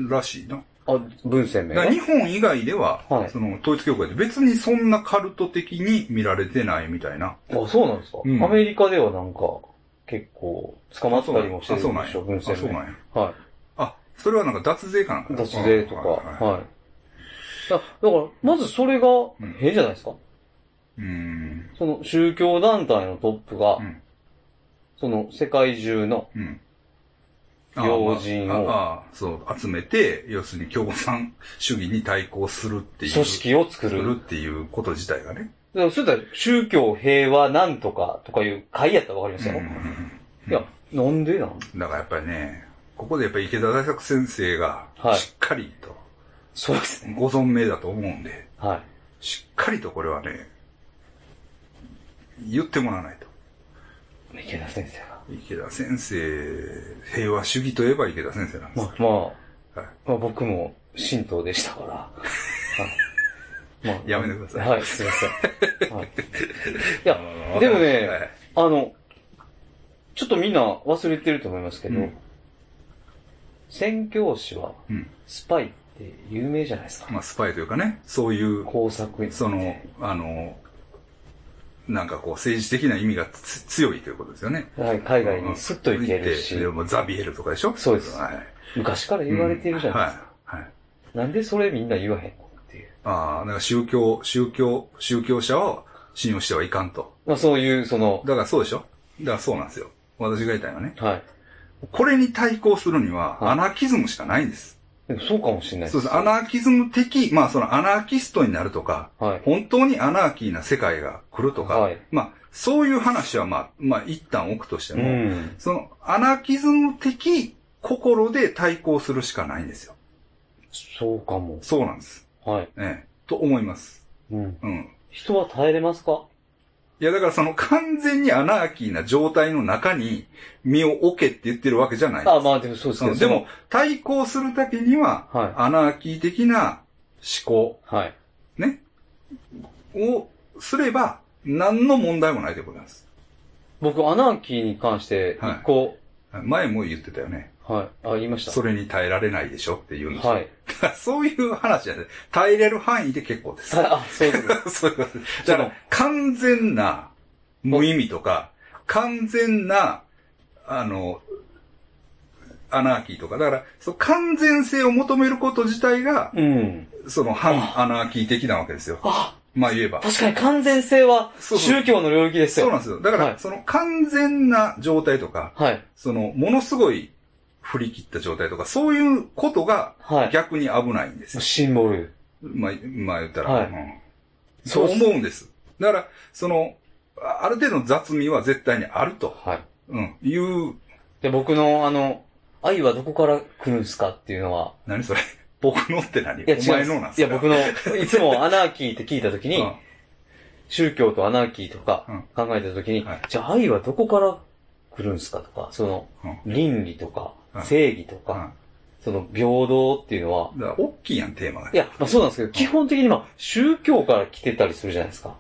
らしいな。
あ、文鮮明
だから
ね
日本以外では、
はい
その統一教会って別にそんなカルト的に見られてないみたいな。
あ、そうなんですか、
うん
アメリカではなんか、結構、捕まったりもして
あ
る
そうなん
でしょ、文
や。
鮮
あ、そう
明。
なんや。
は
あ、それはなんか脱税かなんか
い。
な。
脱税とか。
うんはいはい
はい。だだから、まずそれが
ん、
変じゃないですか、
うーん。
その、宗教団体のトップが、
うん
その、世界中の、
うん。
要人を
あまあああそう、集めて、要するに共産主義に対抗するっていう。
組織を作
する
る。
っていうこと自体がね。
だからそれだったら宗教平和なんとかとかいう会やったらわかりますよ。いや、なんでなん [laughs]
だからやっぱりね、ここでやっぱり池田大作先生が
は、い
しっかりと、
そうですね。
ご存命だと思うんで、
はい。
しっかりとこれはね、言ってもらわないと。
池田先生が。
池田先生、平和主義といえば池田先生なんです。
まあ、まあ、
はい
まあ僕も神道でした
[laughs]
から。はい。まあ
やめてください
はい、すいませ
[laughs]
ん。はい、いや、
あの
でもね
はい
あの、ちょっとみんな忘れてると思いますけど、
うん
宣教師は
うん。
スパイって有名じゃないですか。
まあ、スパイというかね、そういう
工作員。
その、あの、なんかこう政治的な意味がつ強いということですよね。
はい、海外にスッと行ける
行
し
っ、てでもザビエルとかでしょ
そうです
はい。
昔から言われてるじゃないですか。
うんはい。はい。
なんでそれみんな言わへんのっていう。
ああ、だから宗教、宗教、宗教者を信用してはいかんと。
まあそういう、その、
だからそうでしょだからそうなんですよ。私が言いたいのはね。
はい。
これに対抗するには、
はい
アナーキズムしかないんです。
でもそうかもしれない
そうです。アナーキズム的、まあそのアナーキストになるとか、
はい。
本当にアナーキーな世界が来るとか、
はい
まあそういう話はまあ、まあ一旦置くとして
う
も、
ん。
その、アナキズム的心で対抗するしかないんですよ。
そうかも。
そうなんです。
はい。
ええ。と思います。
うん。
うん。
人は耐えれますか
いや、だからその完全にアナーキーな状態の中に身を置けって言ってるわけじゃない。
あ、まあでもそうですけ
う
ど。
んでも、、対抗するだけには、
は
アナーキー的な思考
い。はい。
ね、をすれば、何の問題もないということなんです。
僕、アナーキーに関して、
はい
一個、
前も言ってたよね。
はい。あ、言いました。
それに耐えられないでしょっていうんですよ
はい。
[laughs] そういう話じゃない。耐えれる範囲で結構です。
さあ、そういうこ
[laughs]
と。
そういうことですだから、完全な無意味とか、完全な、あの、アナーキーとか、だから、そう完全性を求めること自体が、
うん。
その反アナーキー的なわけですよ。
あ、
まあ言えば。
確かに完全性は
そうそう
宗教の領域で
そ
す
う
よ。
なんですよ。だから、
はい
その完全な状態とか、
はい。
その、ものすごい振り切った状態とか、そういうことが
はい。
逆に危ないんですよ。
シンボル。
まあ、まあ言ったら、
はい
うんそう思うんです。だから、その、あある程度の雑味は絶対にあると、
はい。
うん、いう、
で、僕の、あの、愛はどこから来るんすかっていうのは、
何それ [laughs] 僕のって何
いや、
お
違
前
う
のなん
い
す
や、
か
僕の、いつもアナーキーって聞いたときに、
うん
宗教とアナーキーと
う
か
ん
考えたときに、
はい
じゃあ愛はどこから来るんすかとか、その、倫理とか
う、ん
正義と
う
か、
ん
その平等っていうのは、
だから、大きいやん、テーマが
い。や、まあそうなんですけど、基本的にまあ宗教から来てたりするじゃないですか。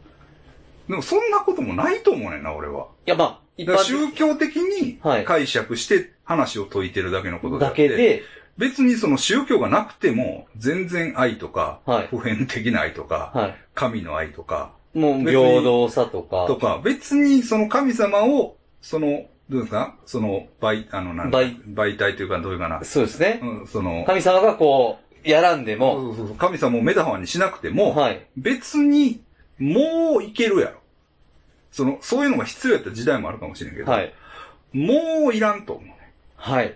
でも、そんなこともないと思うねんな、俺は。
いや、まあ、一
だから
般
宗教的に
はい
解釈して話を解いてるだけのことであ
だ
って、
けで、
別にその宗教がなくても、全然愛とか、
はい
普遍的な愛とか、
は
神の愛とか、
い。もう平等さとか、
とか、別にその神様を、その、どうですかその、媒、あの、なんだ
媒
媒体というか、どういうかな。
そうですね。
うん、その、
神様がこう、やらんでも、
そうそうそう神様をメタファーにしなくても、
はい。
別に、もういけるやろ。その、そういうのが必要やった時代もあるかもしれんけど、
はい。
もういらんと思うね。
はい。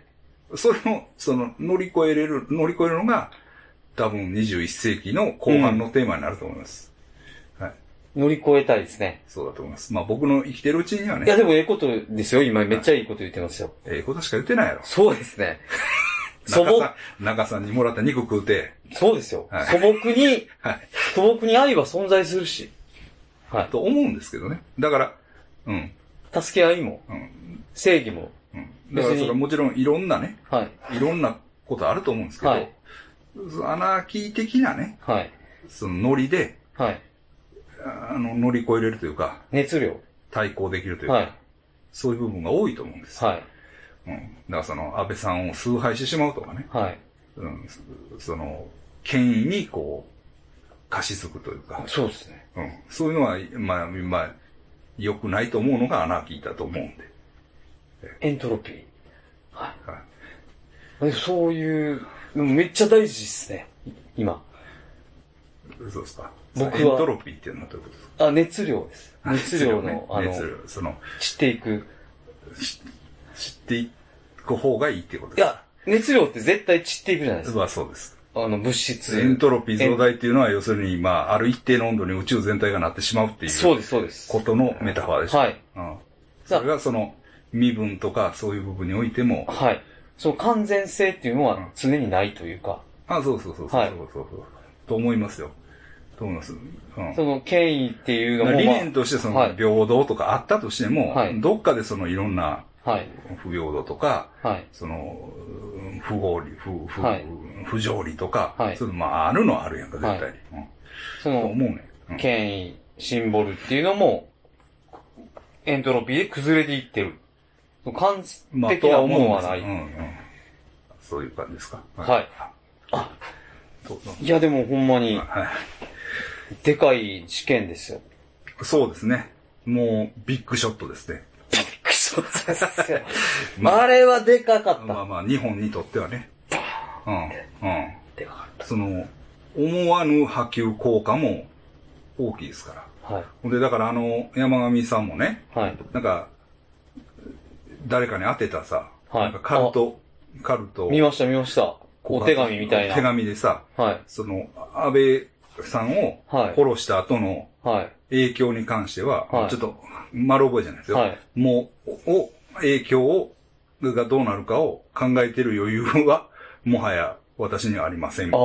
それを、その、乗り越えれる、乗り越えるのが、多分21世紀の後半のテーマになると思います。
乗り越えたいですね。
そうだと思います。まあ僕の生きてるうちにはいね、
や、でもええことですよ。今めっちゃいいこと言ってますよ。
ええことしか言ってないやろ。
そうで
[laughs]
すね。素
中
朴
さ、ん、中さんにもらった肉食うて、
そうですよ。
はい
素朴に、
はい。
素朴に愛は存在するし。は
と思うんですけどね。だから、うん、
い。助け合いも、
うん、
正義も。
うん。だから
別に
それはもちろんいろんなね、
はい。
いろんなことあると思うんですけど、
はい
アナーキー的なね、
はい。
そのノリで、
はい。
あの、乗り越えれるというか、
熱量。
対抗できるというか、
はい。
そういう部分が多いと思うんです。
はい。
うん。だからその、安倍さんを崇拝してしまうとかね、
はい。
うん、そその、権威にこう、貸し付くというか、
そうですね。
うん。そういうのは、まあ、まあ、良くないと思うのがアナーキーだと思うんで。
エントロピー。は。
はい
そういう、めっちゃ大事ですね。今。
い。そうですか。
僕は
エントロピーっていうのはどういうことです
あ、熱量です。
か
熱量の、
ね
あの、
熱量。その、
散っていく。
知っていく方がいいっていうこと
い
です
や、熱量って絶対散っていくじゃないですか。
まあそうです。
あの、物質。
エントロピー増大っていうのは、要するに、まあ、ある一定の温度に宇宙全体がなってしまうっていう
そうです、そうです。
ことのメタファーでしょ。
はい。
うん。それがその、身分とかそういう部分においても、
はい。その完全性っていうの
うん
は常にないというか、
あ、そうそうそうそう、
はい
そうそうそう。と思いますよ。と思います。うん。
その権威っていうのも、
理念としてそ
は
の
い
平等とかあったとしても、
はい
どっかでそのいろんな
まあはい。
不平等とか、
はい。
そのうん不合理、不不
はい
不条理とか、
はい
そういうのまああるのはあるやんか、絶対に。
は
うん
そ
と
の
思うね。うん
権威、シンボルっていうのも、エントロピーで崩れていってる。その完
まあ
璧な思うは
と
な
思うん
い。
ですうんうんそういう感じですか。
はい
あ、そうそう
いや、でもほんまに、
はい
でかい事件ですよ。
そうですね。もう、ビッグショットですね。
クソですよ。 [laughs] あれはでかかっ
ま
た。
あまあ、日本にとってはね。うん。うん。
でか
その、思わぬ波及効果も大きいですから。
かった。はい。
ほんで、だからあの、山上さんもね、
はい。
なんか、誰かに当てたさ、
はい
なんかカルト、カルト
見ました、見ました。お手紙みたい
手
な。
紙でさ、
はい。
その、安倍さんを
はい
殺した後の
はい。
影響に関しては、
はい
ちょっと、丸覚えじゃないですよ。
はい
もう、お、影響を、がどうなるかを考えてる余裕は、 [laughs] もはや私にはありません。
ああ。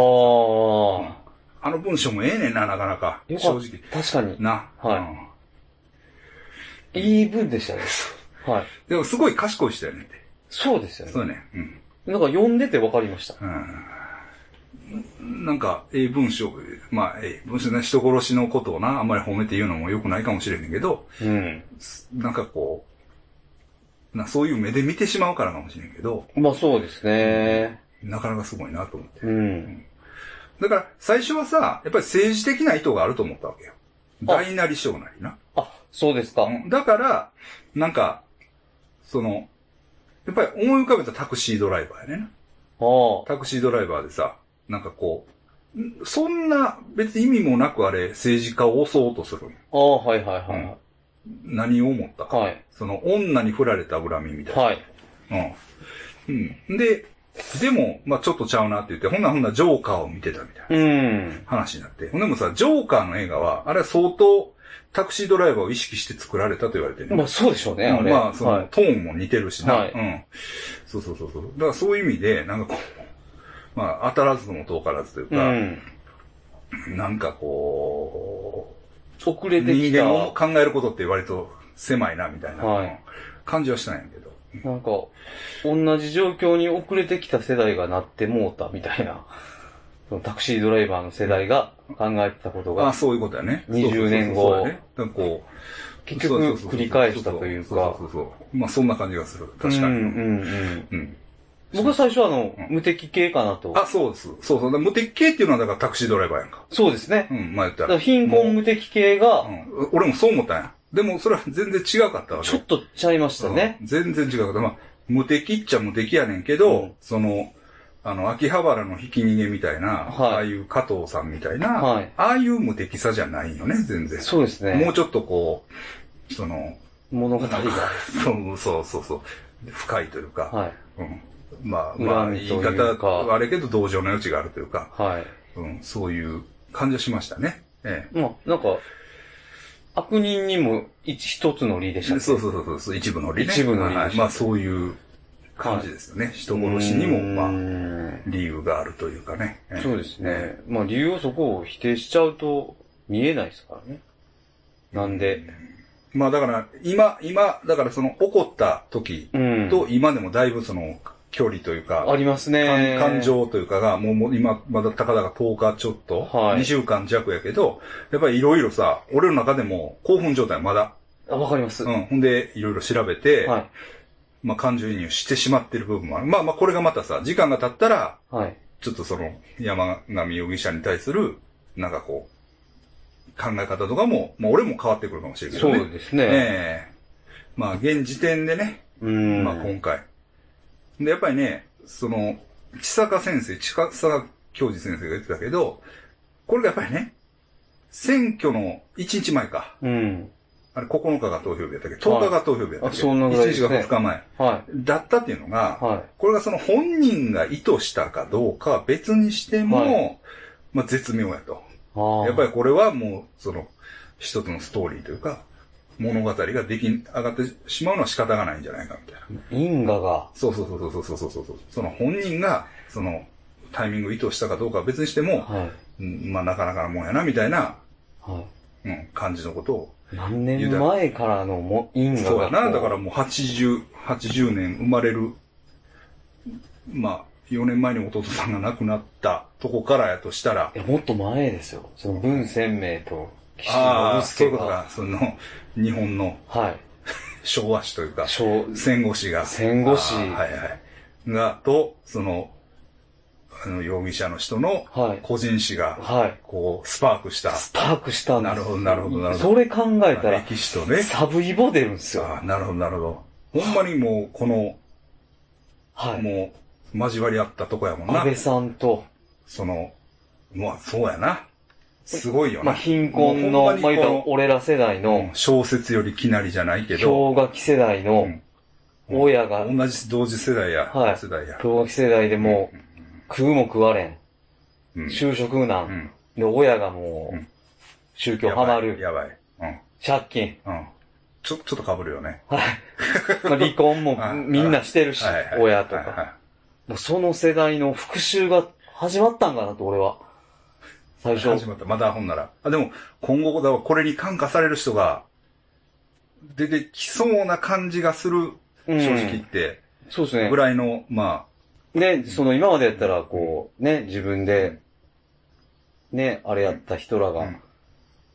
あの文章もええねんな、なかなか。
よ
正
かっ
直。
た。確かに。
な。
はい
うん
いい文でしたね。はい。
でもすごい賢い人やねんて。
そうですよね。
そうね。うん。
なんか読んでて分かりました。
うん。なんか、ええ文章、まあ、ええ文章ね、人殺しのことをな、あんまり褒めて言うのも良くないかもしれんねんけど、
うん。
すなんかこう、なそういう目で見てしまうからかもしれんけど、
まあそうですね。
なかなかすごいなと思って。
うん。
だから、最初はさ、やっぱり政治的な意図があると思ったわけよ。大なり小なりな。
あ、そうですか。
うんだから、なんか、その、やっぱり思い浮かべたタクシードライバーやねんな。
ああ。
タクシードライバーでさ、なんかこう、んそんな別に意味もなくあれ政治家を襲おうとするんよ。
ああ、はいはいは
何を思った
い。はい。
その女に振られた恨みみたいな。
はい。
うん。うん。で、でも、まあちょっとちゃうなって言って、ほんならほんならジョーカーを見てたみたいな。
うん。
話になって。でもさ、ジョーカーの映画は、あれは相当タクシードライバーを意識して作られたと言われてる、
まあそうでしょうね、
う
あ
ん
れ。
まあ、その、
はい。
トーンも似てるしな。
はい
うん。そうそうそうそう。だからそういう意味で、なんかこう、まあ、当たらずとも遠からずという
う
か、
ん。
なんかこ
遅
う、
れてき
人
た。
間を考えることって割と狭いな、みたいな、
はい
うん感じはしたんやけど。
なんか、同じ状況に遅れてきた世代がなってもうたみたいな、そのタクシードライバーの世代が考えてたこと
ああ、
が、
そういうことやね。
20年後
そうそうそうそうだねだからこう
結局
そうそうそうそう
繰り返したというか
そうそうそうそう。まあ、そんな感じがする。確かに。
うんうんうん。
うん
僕は最初はあの
うん、
無敵系かなと。
あ、そうです。そうそう。だから無敵系っていうのはだからタクシードライバーやんか。
そうですね
う。ん、まあ言った
だから
ら。
貧困無敵系が、
うん、俺もそう思ったんや。でもそれは全然違かったわけ。
ちょっとちゃいましたね。
うん全然違かった。まあ、無敵っちゃ無敵やねんけど、
うん
その、あの、秋葉原のひき逃げみたいな、
はい
ああいう加藤さんみたいな、
はい
ああいう無敵さじゃないよね、全然。
そうです
も
ね
う。ちょっとこう、その、
物語が。
なんかそうそうそうそう、深いというか、
はい。
うん、まあ、まあ、
恨み
言い
というか
方はあれけど同情の余地があるというか、
はい。
うん、そういう感じはしましたね。ええ。
まあ、なんか、悪人にも一一つの理でした
そう
ね。
そうそうそう、一部の理ね。
一部の理
は
で
い。
す
まあそういう感じですよね。人殺しにも、まあ、
あ。
理由があるというかね。ええ
そうですね。まあ、理由をそこを否定しちゃうと見えないですからね。なんで、
まあだから、今、今、だからその怒った時
うん。
と今でもだいぶその距離という
あ
か、
ります
感
ね。
感。情というかが、もうもう今、まだたかだか10日ちょっと、
はい
2週間弱やけど、やっぱりいろいろさ、俺の中でも興奮状態まだ。
あ、わかります。
う
は
ん。ほんで、いろいろ調べて、
い。
まあ、感情移入してしまってる部分もある。まあまあ、これがまたさ、時間が経ったら、
はい。
ちょっとその、山上容疑者に対する、なんかこう、考え方とかも、まあ俺も変わってくるかもしれないけ
そ
どね。
うです
え
ね。
えまあ、現時点でね、
うん。
まあ今回。で、やっぱりね、その、千坂先生、千坂教授先生が言ってたけど、これがやっぱりね、選挙の1日前か。
うん。
あれ9日が投票日やったっけ ?10 日が投票日やったっけ、
あそんなぐらいで
?1 日
すね
が2日前。
は
だったっていうのが、
い。は
これがその本人が意図したかどうかは別にしても、
は
まあ絶妙やと。
い。ああ。
やっぱりこれはもう、その、一つのストーリーというか、物語が出来上がってしまうのは仕方がないんじゃないかみたいな。
因果が。
そうそうそうそうそうそうそうそう。その本人が、その、タイミングを意図したかどうかは別にしても、
はい。
うんまあなかなかなもんやな、みたいな、
はい。
うん、感じのことを。
何年前からのも因果が。
そうやな。だからもう80、80年生まれる、まあ、4年前に弟さんが亡くなったとこからやとしたら
い、や、もっと前ですよ。その文鮮明と岸
ああ、
信
そうい
介
うこと
が。
か。その、日本の
はい。
昭和史というか、
小、
戦後史が。
戦後史
あーはいはい。が、と、その、あの、容疑者の人の
はい
個人史が、
はい。
こう、スパークした、
スパークしたんで
な
す
るほどなるほどなるほ
それ考えたら、
歴史とね。
サブイボ出るんですよ。
ああ、なるほど、なるほど。ほんまにもう、この、
はい。
もう、交わり合ったとこやもんな
安。倍さんと、
その、まあ、そうやな。すごいよな。
まあ、貧困の、
もう
まあ、
ほんま
言
にこ
うた
の
ら俺ら世代
うん
の、
小説よりきなりじゃないけど、
氷河期世代
う
の
ん、
親が、
同じ同時世代や、
はい
世代や。
氷河期世代でもう、食うも食われん、
うん
就職
う
難
ん
で、親がも
う、
うん宗教ハマる、
やばい。やばい
借金、
うん。うん。ちょ、ちょっと被るよね。
はい。まあ、離婚も
はい
みんなしてるし
はいは、い
親と
はい
か。
は
もうその世代の復讐が始まったんかなと、俺は。最
い。
初。
始まった。まだほんなら。あ、でも、今後、だからこれに感化される人が、出てきそうな感じがする、
う
正
ん
直言って、
そうですね
ぐ。らいの、ま
で、その今までやったら、こう、ね、自分で、ね、あれやった人ら
あ、う
が、
ん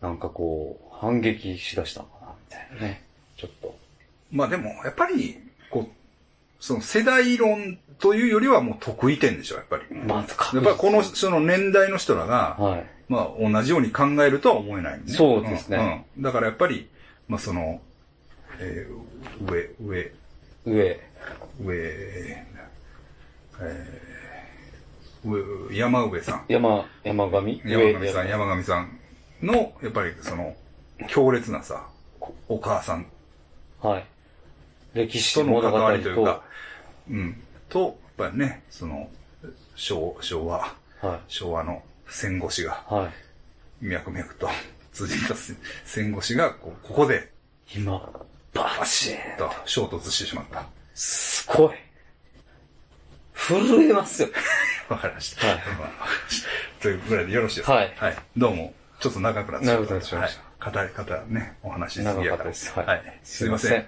なんかこう、反撃しだしたのかな、みたいなね。ちょっと。
まあでも、やっぱり、こう、その世代論というよりはもう得意点でしょ、やっぱり。
まあ、
やっぱりこの、その年代の人らが、
はい。
まあ同じように考えるとは思えない、ね。
そうですね
うん。うんだからやっぱり、まあその、えー上、上、
上。
上、えー上山上さん。
山、山上
山上さん、
上
山上さんの、やっぱりその、強烈なさ、お母さん
はい。歴史
との
物
関
語
わりという
と
か、、うん、と、やっぱりね、その、昭昭和、
は
昭和の戦後史が、
い。はい。
脈々と通じた戦戦後史がこう、ここで、
今、バシーン
と衝突してしま
[laughs]
った。
すごい。震えますよ。
わかりました。
はい
わかりましたというぐらいでよろしいですか
はい
はい。どうも、ちょっと長くなって。
長くなってしまいました
はい。方、方ね、お話しすぎや
長か
か
った
ら。
ですはい
すいません。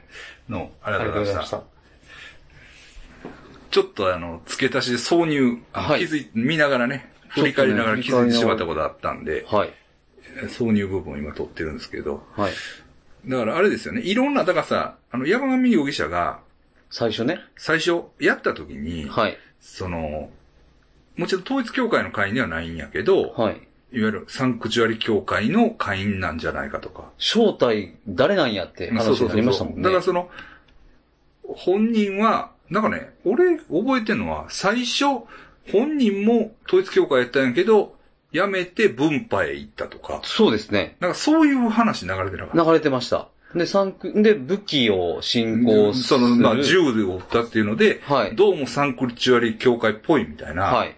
どうも、あり
あ
が
り
と
が
う
とう
ご
ご
ざ
ざ
いま
いま
し
したた。。
ちょっとあの、付け足しで挿入、
はい
気づい、見ながらね、振り返りながら気
ちょっ
づ
と
い
ね
てしまったことあったんで、
はい。
挿入部分を今撮ってるんですけど、
はい。
だからあれですよね、いろんな、だからさ、あの、山上容疑者が、
最初ね。
最初、やった時に、
はい。
その、もちろん統一教会の会員ではないんやけど、
はい。
いわゆるサンクチュアリ教会の会員なんじゃないかとか。
正体、誰なんやって
そう
話
そう
にな
そう
りましたもんね。
だからその、本人は、なんかね、俺覚えてるのは、最初、本人も統一教会やったんやけど、辞めて分派へ行ったとか。
そうですね。
なんかそういう話流れてなかっ
流れてました。で、三区、で、武器を
た。
進行す
そ
る。
の、まあ、銃で撃ったっていうので、
はい
どうもサンクチュアリ教会っぽいみたい
は。
ない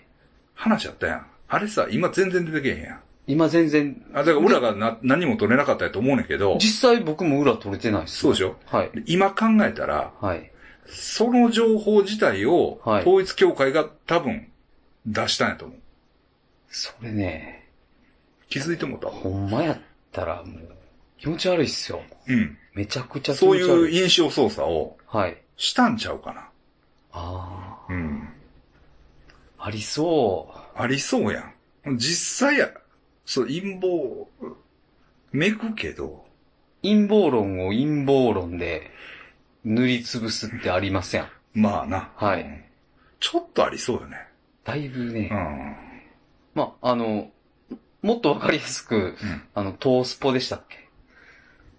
話あったやん。あれさ、今全然出てけへんやん。
今全然、
あ、だから俺らがな何も取れなかったやと思うねんけど、
実際僕も裏取れてないっす
そう
よ。
でしょ
はい。
今考えたら、
はい。
その情報自体を、
はい
統一教会が多分出したんやと思う。
それね、
気づいてもうた。
ほんまやったらもう、気持ち悪いっすよ。
うん。
めちゃくちゃ気
そう
持ち悪
い
い。
う
う。
印象操作を
はい。
したんちゃうかな。
あ
うん。
あ、ありそう。
ありそうやん。実際や、そう、陰謀、めくけど、
陰謀論を陰謀論で塗りつぶすってありません。
まあな。
はい
うんちょっとありそうよね。
だいぶ
う
ね、
ん。
まあ、あの、もっとわかりやすく、
うん
あの、東スポでしたっけ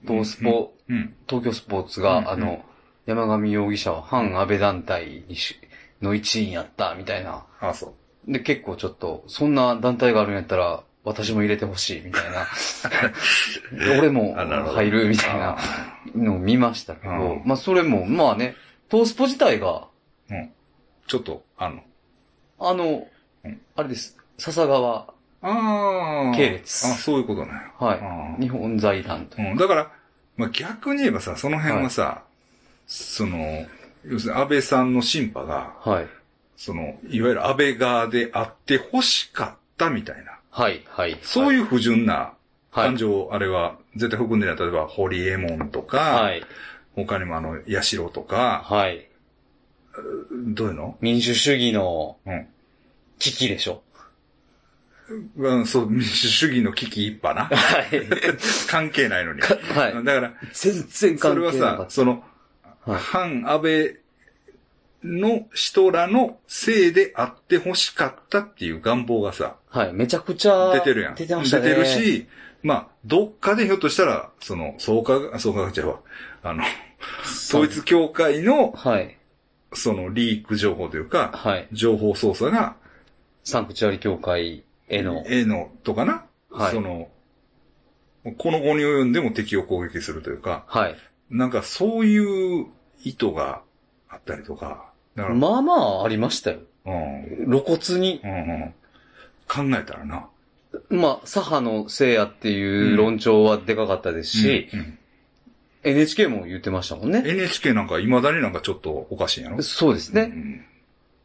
東スポ、
うん。
東京スポーツ
うん
が、あの、山上容疑者は反安倍団体にしの一員やった、みたいな。
あ、そう。
で、結構ちょっと、そんな団体があるんやったら、私も入れてほしい、みたいな。 [laughs] 俺も
あなるほど
入る、みたいなのを見ましたけど、
うん
まあ、それも、まあね、東スポ自体が、
ちょっと、あの、
あの
うん、
あれです。笹川、
ああ。
系列
あ、そういうことなんや。
は
うん
い。日本財団と。
うん、だから、まあ、逆に言えばさ、その辺はさ、その、要するに安倍さんの審判が、
はい。
その、いわゆる安倍側であって欲しかったみたいな、
はい、はい。、
そういうう不純な
はい
感。情を、あれは絶対含んでるのは例えば、堀江門とか、
はい。
他にもあの、八代とか、
はい。
どういうの
民主主義の
うん
危機でしょ。。
うん、そう、民主主義の危機一派な
[laughs] はい。
関係ないのに。
は
だか
い。
ら、
[laughs] 全然
そ
関
れは
係なか
さ
っ、
その、
た。はい。
反安倍の人らのせいであって欲しかったっていう願望がさ、
はい。めちゃくちゃ、
出てるやん。
出てましたね。
出てる。し、まあ、どっかでひょっとしたら、その、創価が、創価学者は、あの、統一教会の、
はい。
その、リーク情報というか、
はい。
情報操作が、
サンクチュアリ協会への、
えの、とかな、
はい
その、この後に及んでも敵を攻撃するというか、
はい。
なんかそういう意図があったりとか、だから、
まあまあありましたよ。
うん、
露骨に。
うんうん、考えたらな。
まあ、左派のせいやっていう論調はでかかったですし、
うん
NHK も言ってましたもんね。
NHK なんか未だになんかちょっとおかしいんやろ
そうです
う
ね。
ん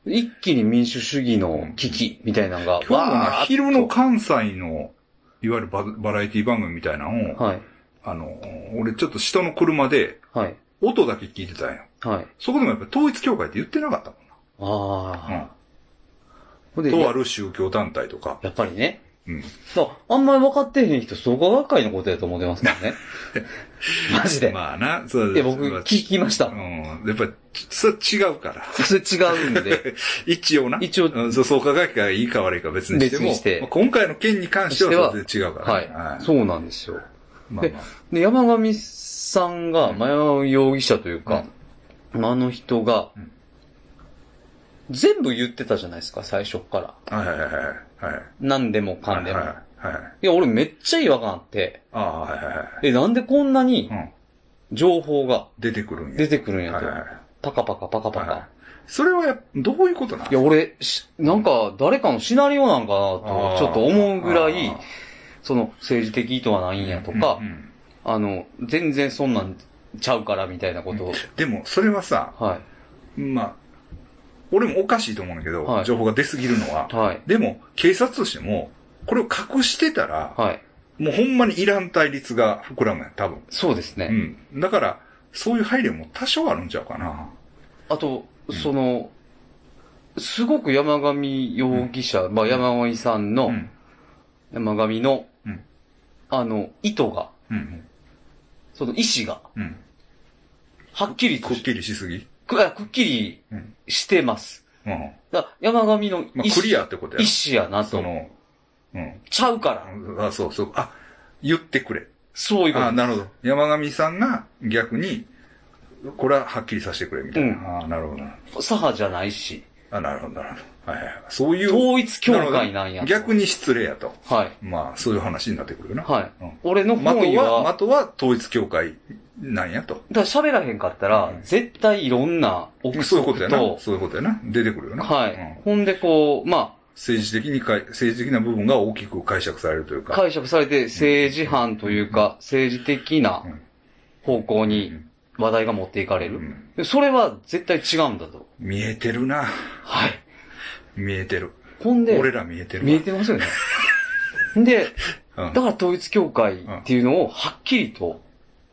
一気に民主主義の危機みたいなのが、
今日も
わ
な
ーっと
昼の関西の、いわゆるババラエティ番組みたいなのを、
はい。
あの、俺ちょっと下の車で
はい。
音だけ聞いてたんや。
はい。
そこでもやっぱ統一教会って言ってなかったもん
ああ。
な。
ほん
うん。
で、
とあ
や
る宗教団体とか。
やっぱりね。
うん。
そう。あんまり分かってへん人、創価学会のことやと思ってますから
[laughs]
ね。マジで。
まあな、そう
いや、僕、
まあ
聞きまし
う
た。
ん。やっぱり、それ違うから。
それ違うんで。
一応な。
一応
うんそう、創価学会がいいか悪いか別にしても、
別にして
まあ今回の件に関しては全然違うから、ね。
はい。そうなんですよ。
まあまあ
で、山上さんが、
ん
まあ山上容疑者というか、あの人が
うん、
全部言ってたじゃないですか、最初っから。
はいはいはいはい。はい。
何でもかんでも。
はい
い
はいはい。
や、俺めっちゃ違和感あって、
ああ、はいはいはい。
え、なんでこんなに
うん。
情報が
出てくるんや。
出てくるんや
はい
と
はい。
パカパカパカパ
はい
カ。
それはやっどういうことなん
いや、俺、しなんか、誰かのシナリオなんかな
あ
と
ー、
ちょっと思うぐらい
あー、
その、政治的意図はないんやとか、
うんうん
あの、全然そんなんちゃうからみたいなことを、
でも、それはさ、
は
まあ、俺もおかしいと思うんだけど、
はい
情報が出すぎるのは。
い、はい、
でも、警察としても、これを隠してたら、
はい。
もうほんまにいらん対立が膨らむやん、多分。
そうですね。
うん。だから、そういう配慮も多少あるんちゃうかな。
あと、その、すごく山上容疑者、まあ山上さんの、
うん。
山上の、
うん
あの、意図が、
うん。
その意思が、
うん。
はっきりと
こっきりしすぎ
くあくっきり
うん。
してます。
うん。
だから山上の意思、
まあ、クリアってことや
意
ろ。
思やな
そ
と。
の、うん。
ちゃうから。
あ、そうそう。あ、言ってくれ。
そういうこ
あ、
と。
なるほど。山上さんが逆に、これははっきりさせてくれ、みたいな。あなるほど。
左派じゃないし、
あ、なるほど、なるほど。はいはい。そういう。
統一教会なんや
るほど逆に失礼やと。
はい。
まあ、そういう話になってくるよな。
はい。
うん
俺の
まと
本意は、
は、的は統一教会なんやと。
だから喋らへんかったら、
うん
絶対いろんな憶
そういうこと
測
やな
と。、
そういうことやな。出てくるよな。
はい、
うん
ほんでこう、ま
政治的にかい、政治的な部分が大きく解釈されるという
あ、
か。
解釈されて政治犯というか、政治的な
うん
方向に
うん
話題が持っていかれ
う
る。
ん
でそれは絶対違うんだと。
見えてるな。
はい。
見えてる。
ほんで、
俺ら見えてるわ。
見えてますよね。で、
うん
だから統一教会っていうのをはっきりと、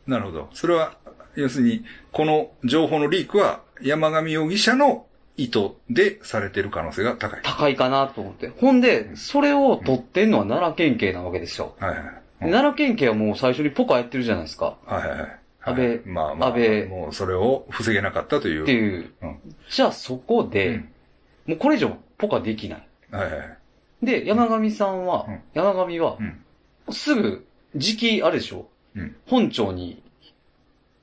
なるほど。それは、要するに、この情報のリークは、山上容疑者の意図でされてる可能性が高い。
高いかなと思って。ほんで、それを取ってんのは奈良県警なわけですよ。
はいはい。
で奈良県警はもう最初にポカやってるじゃないですか。
はいはいはい。
安倍
まあまあ、
安倍
もうそれを防げなかったという。
っていう。
うん
じゃあそこで、
うん
もうこれ以上ポカできない。
はいはいはい。
で、山上さんは、
うん
山上は
う、ん。
すぐ、時期、あれでしょ、
うん
本庁に引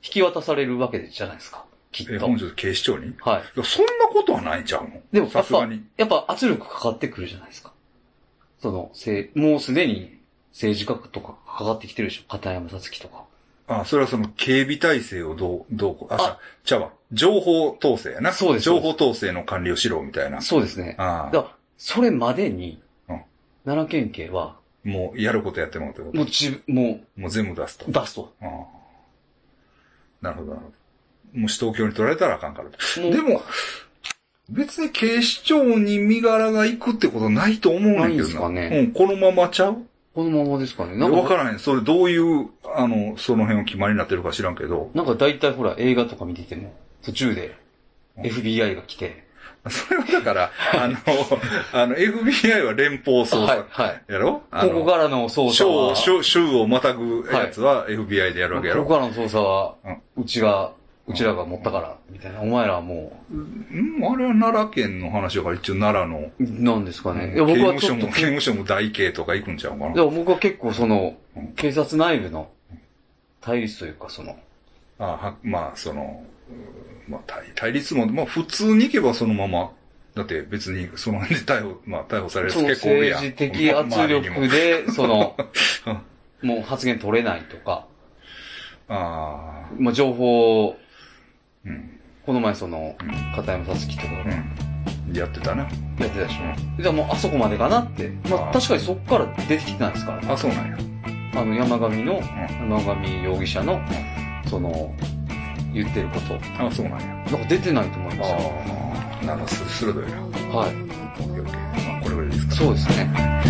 き渡されるわけじゃないですか。き
え、
っと。
本庁警視庁にい
はい。
やそんなことはないんちゃうの
でもや
さ
っ
すが
ぱ
に。、
やっぱ圧力かかってくるじゃないですか。その、せいもうすでに政治家とかかかってきてるでしょ片山さつきとか。
あ、それはその警備体制をどう、どうこう、あ、
あ
じゃあちゃうわ。情報統制やな。
そうです
情報統制の管理をしろ、みたいな。
そうですね。
あ
だか
あ。
ら、それまでに
うん、
奈良県警は、
もうやることやってもらうってこ
もう自分、も
と。もう全部出すと
う。出すと。
ああなるほど、なるほど。もし東京に取られたらあかんから。
もう
でも、別に警視庁に身柄が行くってことないと思うねんだけどな。
ないんすかね
うん、このままちゃう
このままですかね。
いや
なん
わ
か、
からへん。それどういう、あの、その辺を決まりになってるか知らんけど。
なんか大体ほら映画とか見てても、途中で FBI が来て、
それはだから、あ
[laughs]
の、あの、FBI は連邦捜
はい
査、。
はい。
やろあ
こ
の
こからの捜査
州
は
を、、州州をまたぐやつは FBI でやるわけや
ここ
ろ、
からの捜査は、うちが、うちらが持ったから、みたいな。お前らはもう、
うん、あれは奈良県の話だから一応奈良の、
なんですかね。い
刑
や、僕は
務
ち
所
ょっ
も、
と、 [laughs]
刑
いや、
務所も大刑とか行くんちゃうかな
僕は結構その
うん、
警察内部の対立というか、その、
あはまあ、その、うんまあ、対対立も、まあ、普通に行けばそのまま、だって別にその辺で逮捕、まあ、逮捕される
そ
人
の
結構多いや
政
ん。
治的圧
周りにも
力で、そ
[laughs]
の、もう発言取れないとか、
ああ、
まあ、情報を、
うん、
この前その
うん、
片山さつきとかがや
うん。やってたな。
ってたでしょ。じゃあもうあそこまでかなって。ま
あー
あ確かにそこから出てきてないですから。
あ、そうなんや。
あの山上の、山上容疑者の、その、言ってること。
あ、そうなんや。
なんか出てないと思いますよ。
ああ、なんかす鋭いな。
はい
オッケーオッケーまあこれぐらいですか
そうですね。